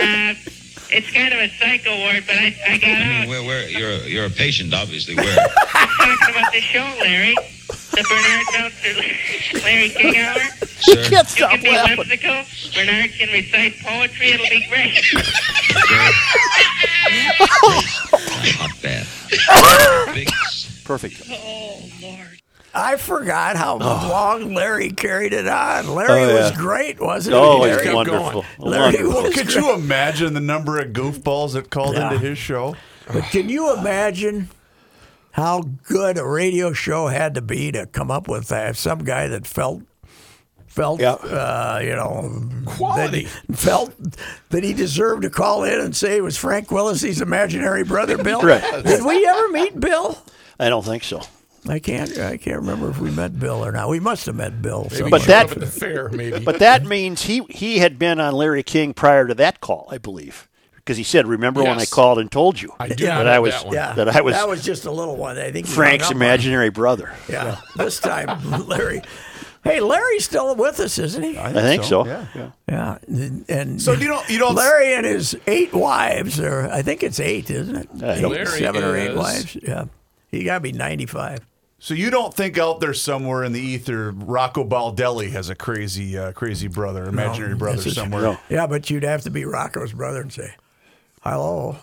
Speaker 6: Uh, it's kind of a psycho ward, but I, I got
Speaker 7: I mean,
Speaker 6: out.
Speaker 7: where? Where? You're a, you're a patient, obviously. Where?
Speaker 6: I talked about the show, Larry. The Bernard Meltzer, Larry King Hour.
Speaker 7: Sir,
Speaker 1: Can't
Speaker 6: You
Speaker 1: stop
Speaker 6: can be
Speaker 1: laughing.
Speaker 6: whimsical. Bernard can recite poetry. It'll be great.
Speaker 7: sir. Hot bath. Big
Speaker 1: Perfect.
Speaker 2: I forgot how long Larry carried it on. Larry
Speaker 1: Oh,
Speaker 2: was
Speaker 1: yeah.
Speaker 2: great, wasn't
Speaker 1: Oh, it's
Speaker 2: he? Larry?
Speaker 4: kept
Speaker 1: wonderful.
Speaker 2: going. Larry
Speaker 1: Wonderful.
Speaker 2: Wilson.
Speaker 3: Could you imagine the number of goofballs that called
Speaker 2: Yeah.
Speaker 3: into his show?
Speaker 2: But can you imagine how good a radio show had to be to come up with that? Some guy that felt felt
Speaker 1: Yeah.
Speaker 2: uh, you know
Speaker 4: Quality.
Speaker 2: that felt that he deserved to call in and say it was Frank Willis's imaginary brother Bill.
Speaker 1: Right.
Speaker 2: Did we ever meet Bill?
Speaker 1: I don't think so.
Speaker 2: I can't I can't remember if we met Bill or not. We must have met Bill.
Speaker 4: Maybe
Speaker 1: But
Speaker 4: showed
Speaker 1: that-
Speaker 4: up at the fair, maybe.
Speaker 1: But that means he he had been on Larry King prior to that call, I believe, because he said, "Remember when I
Speaker 4: Yes.
Speaker 1: called and told you
Speaker 4: I do
Speaker 2: Yeah.
Speaker 4: not
Speaker 1: that I
Speaker 4: have
Speaker 1: was
Speaker 4: that one.
Speaker 2: yeah,
Speaker 1: that I was,
Speaker 2: that was just a little one. I think he
Speaker 1: Frank's
Speaker 2: hung up on it.
Speaker 1: imaginary brother."
Speaker 2: Yeah, this time Larry. Hey, Larry's still with us, isn't he?
Speaker 1: I think so.
Speaker 3: Yeah, yeah.
Speaker 2: Yeah, and
Speaker 3: So you don't you don't
Speaker 2: Larry and his eight wives, or I think it's eight, isn't it?
Speaker 1: I don't-
Speaker 2: Eight,
Speaker 4: Larry
Speaker 2: seven or eight
Speaker 4: is-
Speaker 2: wives. Yeah, he got to be ninety-five.
Speaker 3: so you don't think out there somewhere in the ether Rocco Baldelli has a crazy uh, crazy brother, imaginary brother
Speaker 2: this is-
Speaker 3: somewhere.
Speaker 1: No.
Speaker 2: Yeah, but you'd have to be Rocco's brother and say, "Hello,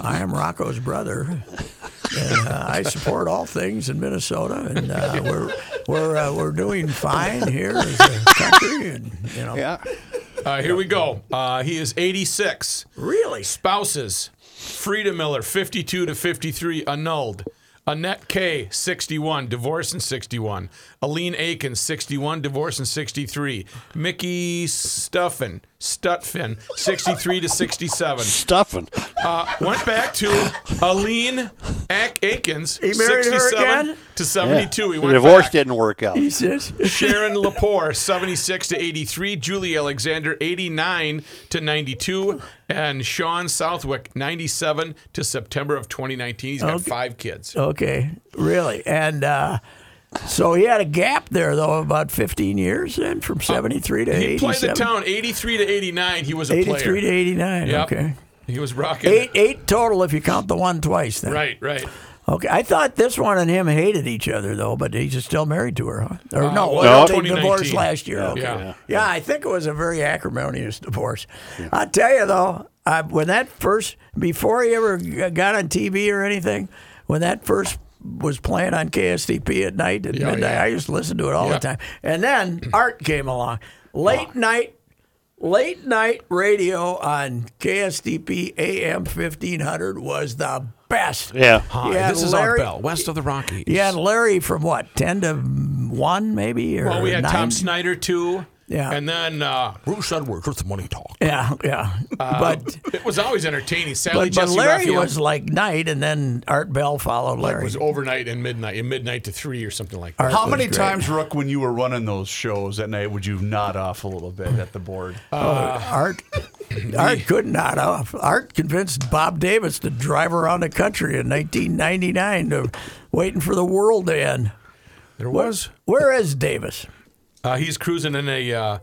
Speaker 2: I am Rocco's brother, and uh, I support all things in Minnesota, and uh, we're we're uh, we're doing fine here as a country, and you know,
Speaker 3: Yeah.
Speaker 4: Uh, here we go. Uh, he is 86.
Speaker 2: really."
Speaker 4: Spouses Frida Miller, 52 to 53, annulled. Annette K, 61, divorce in 61. Aline Aiken, 61, divorce in 63. Mickey Stuffin, Stutfin, 63 to 67.
Speaker 1: Stuffing.
Speaker 4: Uh, went back to Aline Ack Aikens,
Speaker 2: He married her
Speaker 4: 67
Speaker 2: again?
Speaker 4: to
Speaker 1: Yeah.
Speaker 4: 72. He
Speaker 1: The
Speaker 4: went
Speaker 1: divorce
Speaker 4: back.
Speaker 1: didn't work out.
Speaker 2: He says,
Speaker 4: Sharon Lepore, 76 to 83. Julie Alexander, 89 to 92. And Sean Southwick, 97 to September of 2019. He's got five kids.
Speaker 2: Okay, really, and uh, so he had a gap there though, about fifteen years, then from seventy-three to
Speaker 4: Oh, He played the
Speaker 2: eighty-seven.
Speaker 4: town 83 to 89. He was a player.
Speaker 2: Eighty-three to eighty-nine.
Speaker 4: Yep.
Speaker 2: Okay,
Speaker 4: He was rocking.
Speaker 2: eight eight total if you count the one twice. Then
Speaker 4: Right, right.
Speaker 2: Okay, I thought this one and him hated each other though, but he's just still married to her, huh? Or no,
Speaker 4: well,
Speaker 2: well,
Speaker 1: no.
Speaker 2: they divorced
Speaker 4: 2019.
Speaker 2: last year. Okay.
Speaker 4: Yeah.
Speaker 2: Yeah. I think it was a very acrimonious divorce. I tell you though, I, when that first, before he ever g- got on TV or anything, when that first was playing on KSTP at night at
Speaker 4: Yeah,
Speaker 2: midnight,
Speaker 4: yeah.
Speaker 2: I used to listen to it all
Speaker 4: Yeah.
Speaker 2: the time. And then Art came along, late night. Late night radio on KSTP AM 1500 was the best.
Speaker 1: Yeah.
Speaker 4: Hi,
Speaker 2: Yeah,
Speaker 4: this is
Speaker 2: Larry-
Speaker 4: Art Bell, west of the Rockies.
Speaker 2: Yeah, and Larry from what, 10 to 1 maybe? Or
Speaker 4: Well, we had Tom
Speaker 2: nine?
Speaker 4: Snyder, too.
Speaker 2: Yeah.
Speaker 4: And then uh, Bruce Edwards with the money talk.
Speaker 2: Yeah, yeah. but
Speaker 4: It was always entertaining. Sadly,
Speaker 2: but, but
Speaker 4: Uh, Jesse
Speaker 2: Larry
Speaker 4: Raphael
Speaker 2: was like night, and then Art Bell followed Larry.
Speaker 4: was overnight and midnight, and midnight to three or something like that.
Speaker 2: Art
Speaker 3: How
Speaker 2: was
Speaker 3: many
Speaker 2: great.
Speaker 3: times, Rook, when you were running those shows at night, would you nod off a little bit at the board?
Speaker 2: Oh,
Speaker 4: Uh,
Speaker 2: Art? Art could not off. Art convinced Bob Davis to drive around the country in 1999, to, waiting for the world to end.
Speaker 4: There
Speaker 2: Where-
Speaker 4: was.
Speaker 2: where is Davis?
Speaker 4: Uh, he's cruising in a uh,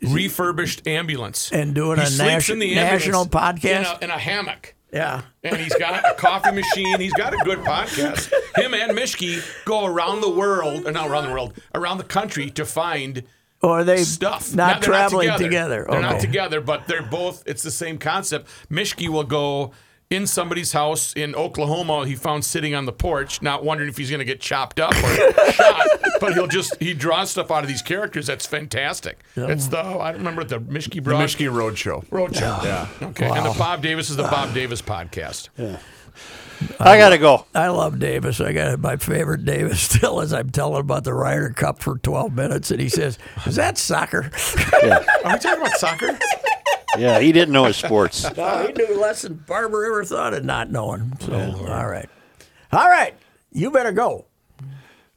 Speaker 4: refurbished ambulance
Speaker 2: And doing
Speaker 4: He
Speaker 2: a
Speaker 4: sleeps
Speaker 2: nation-
Speaker 4: in the ambulance
Speaker 2: national podcast?
Speaker 4: in a, in a hammock.
Speaker 2: Yeah,
Speaker 4: And he's got a coffee machine. He's got a good podcast. Him and Mishki go around the world, or not around the world, around the country to find
Speaker 2: or they
Speaker 4: stuff.
Speaker 2: not
Speaker 4: they're
Speaker 2: traveling
Speaker 4: together. They're not
Speaker 2: Okay.
Speaker 4: together, but they're both. It's the same concept. Mishki will go in somebody's house in Oklahoma. He found sitting on the porch, not wondering if he's going to get chopped up or shot. But he'll just he draws stuff out of these characters. That's fantastic.
Speaker 2: Oh.
Speaker 4: It's the I don't remember what the Mishki
Speaker 3: the
Speaker 4: brought.
Speaker 3: Michigan Road Show.
Speaker 4: Roadshow. Yeah. Okay. And the Bob Davis is the Bob Davis podcast.
Speaker 1: I gotta go.
Speaker 2: I love Davis. I got my favorite Davis still is I'm telling about the Ryder Cup for 12 minutes, and he says, "Is that soccer?"
Speaker 4: Are we talking about soccer?
Speaker 1: Yeah, he didn't know his sports.
Speaker 2: he knew less than Barber ever thought of not knowing. So, all right, all right, you better go.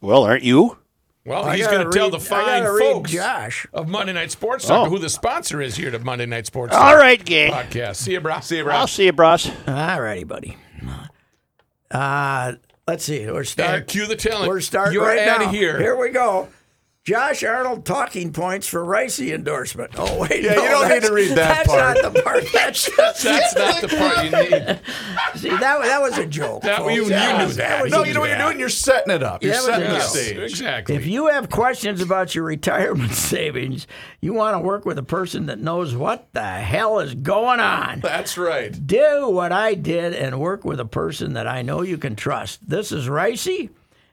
Speaker 1: Well, aren't you?
Speaker 4: Well,
Speaker 2: I
Speaker 4: he's
Speaker 2: gotta
Speaker 4: going to tell
Speaker 2: read-
Speaker 4: the
Speaker 2: I
Speaker 4: fine
Speaker 2: gotta read
Speaker 4: folks
Speaker 2: Josh.
Speaker 4: of Monday Night Sports Soccer
Speaker 1: Oh.
Speaker 4: who the sponsor is here to Monday Night Sports
Speaker 1: All
Speaker 4: Soccer
Speaker 1: right, gang.
Speaker 4: podcast. See you, bro. See you,
Speaker 1: I'll see you, bros.
Speaker 2: All righty, buddy. Uh, let's see. We're
Speaker 4: Uh,
Speaker 2: starting.
Speaker 4: cue the talent.
Speaker 2: We're starting
Speaker 4: You're
Speaker 2: right
Speaker 4: outta
Speaker 2: now.
Speaker 4: here.
Speaker 2: Here we go. Josh Arnold talking points for Ricey endorsement. Oh wait,
Speaker 3: Yeah,
Speaker 2: no,
Speaker 3: you don't need
Speaker 2: that's-
Speaker 3: to read that
Speaker 2: that's
Speaker 3: part.
Speaker 2: not the part. That's,
Speaker 4: That's not the part you need.
Speaker 2: see, that that was a joke.
Speaker 4: That
Speaker 2: folks.
Speaker 4: you, you knew
Speaker 2: was-
Speaker 4: that.
Speaker 2: was
Speaker 3: No,
Speaker 2: a
Speaker 3: you know what you're
Speaker 2: joke.
Speaker 3: doing? You're setting it up. You're
Speaker 2: Yeah,
Speaker 3: setting the
Speaker 2: yeah.
Speaker 3: stage.
Speaker 4: Exactly.
Speaker 2: If you have questions about your retirement savings, you want to work with a person that knows what the hell is going on.
Speaker 3: That's right.
Speaker 2: Do what I did and work with a person that I know you can trust. This is Ricey,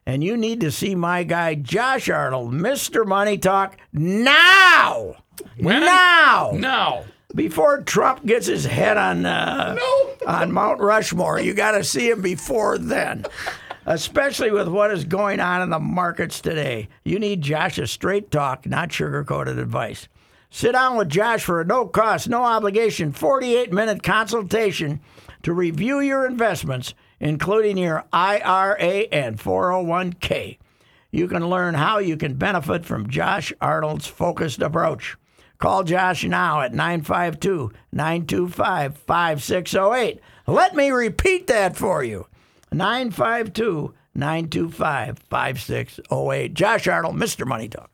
Speaker 2: and you need to see my guy, Josh Arnold, Mr. Money Talk, now!
Speaker 4: When?
Speaker 2: Now!
Speaker 4: No.
Speaker 2: Before Trump gets his head on uh, on Mount Rushmore, you got to see him before then. Especially with what is going on in the markets today, you need Josh's straight talk, not sugar-coated advice. Sit down with Josh for a no-cost, no-obligation 48-minute consultation to review your investments, including your IRA and 401k you can learn how you can benefit from Josh Arnold's focused approach. Call Josh now at 952 925 5608. Let me repeat that for you 952 925 5608. Josh oh Arnold, Mr. Money Talk.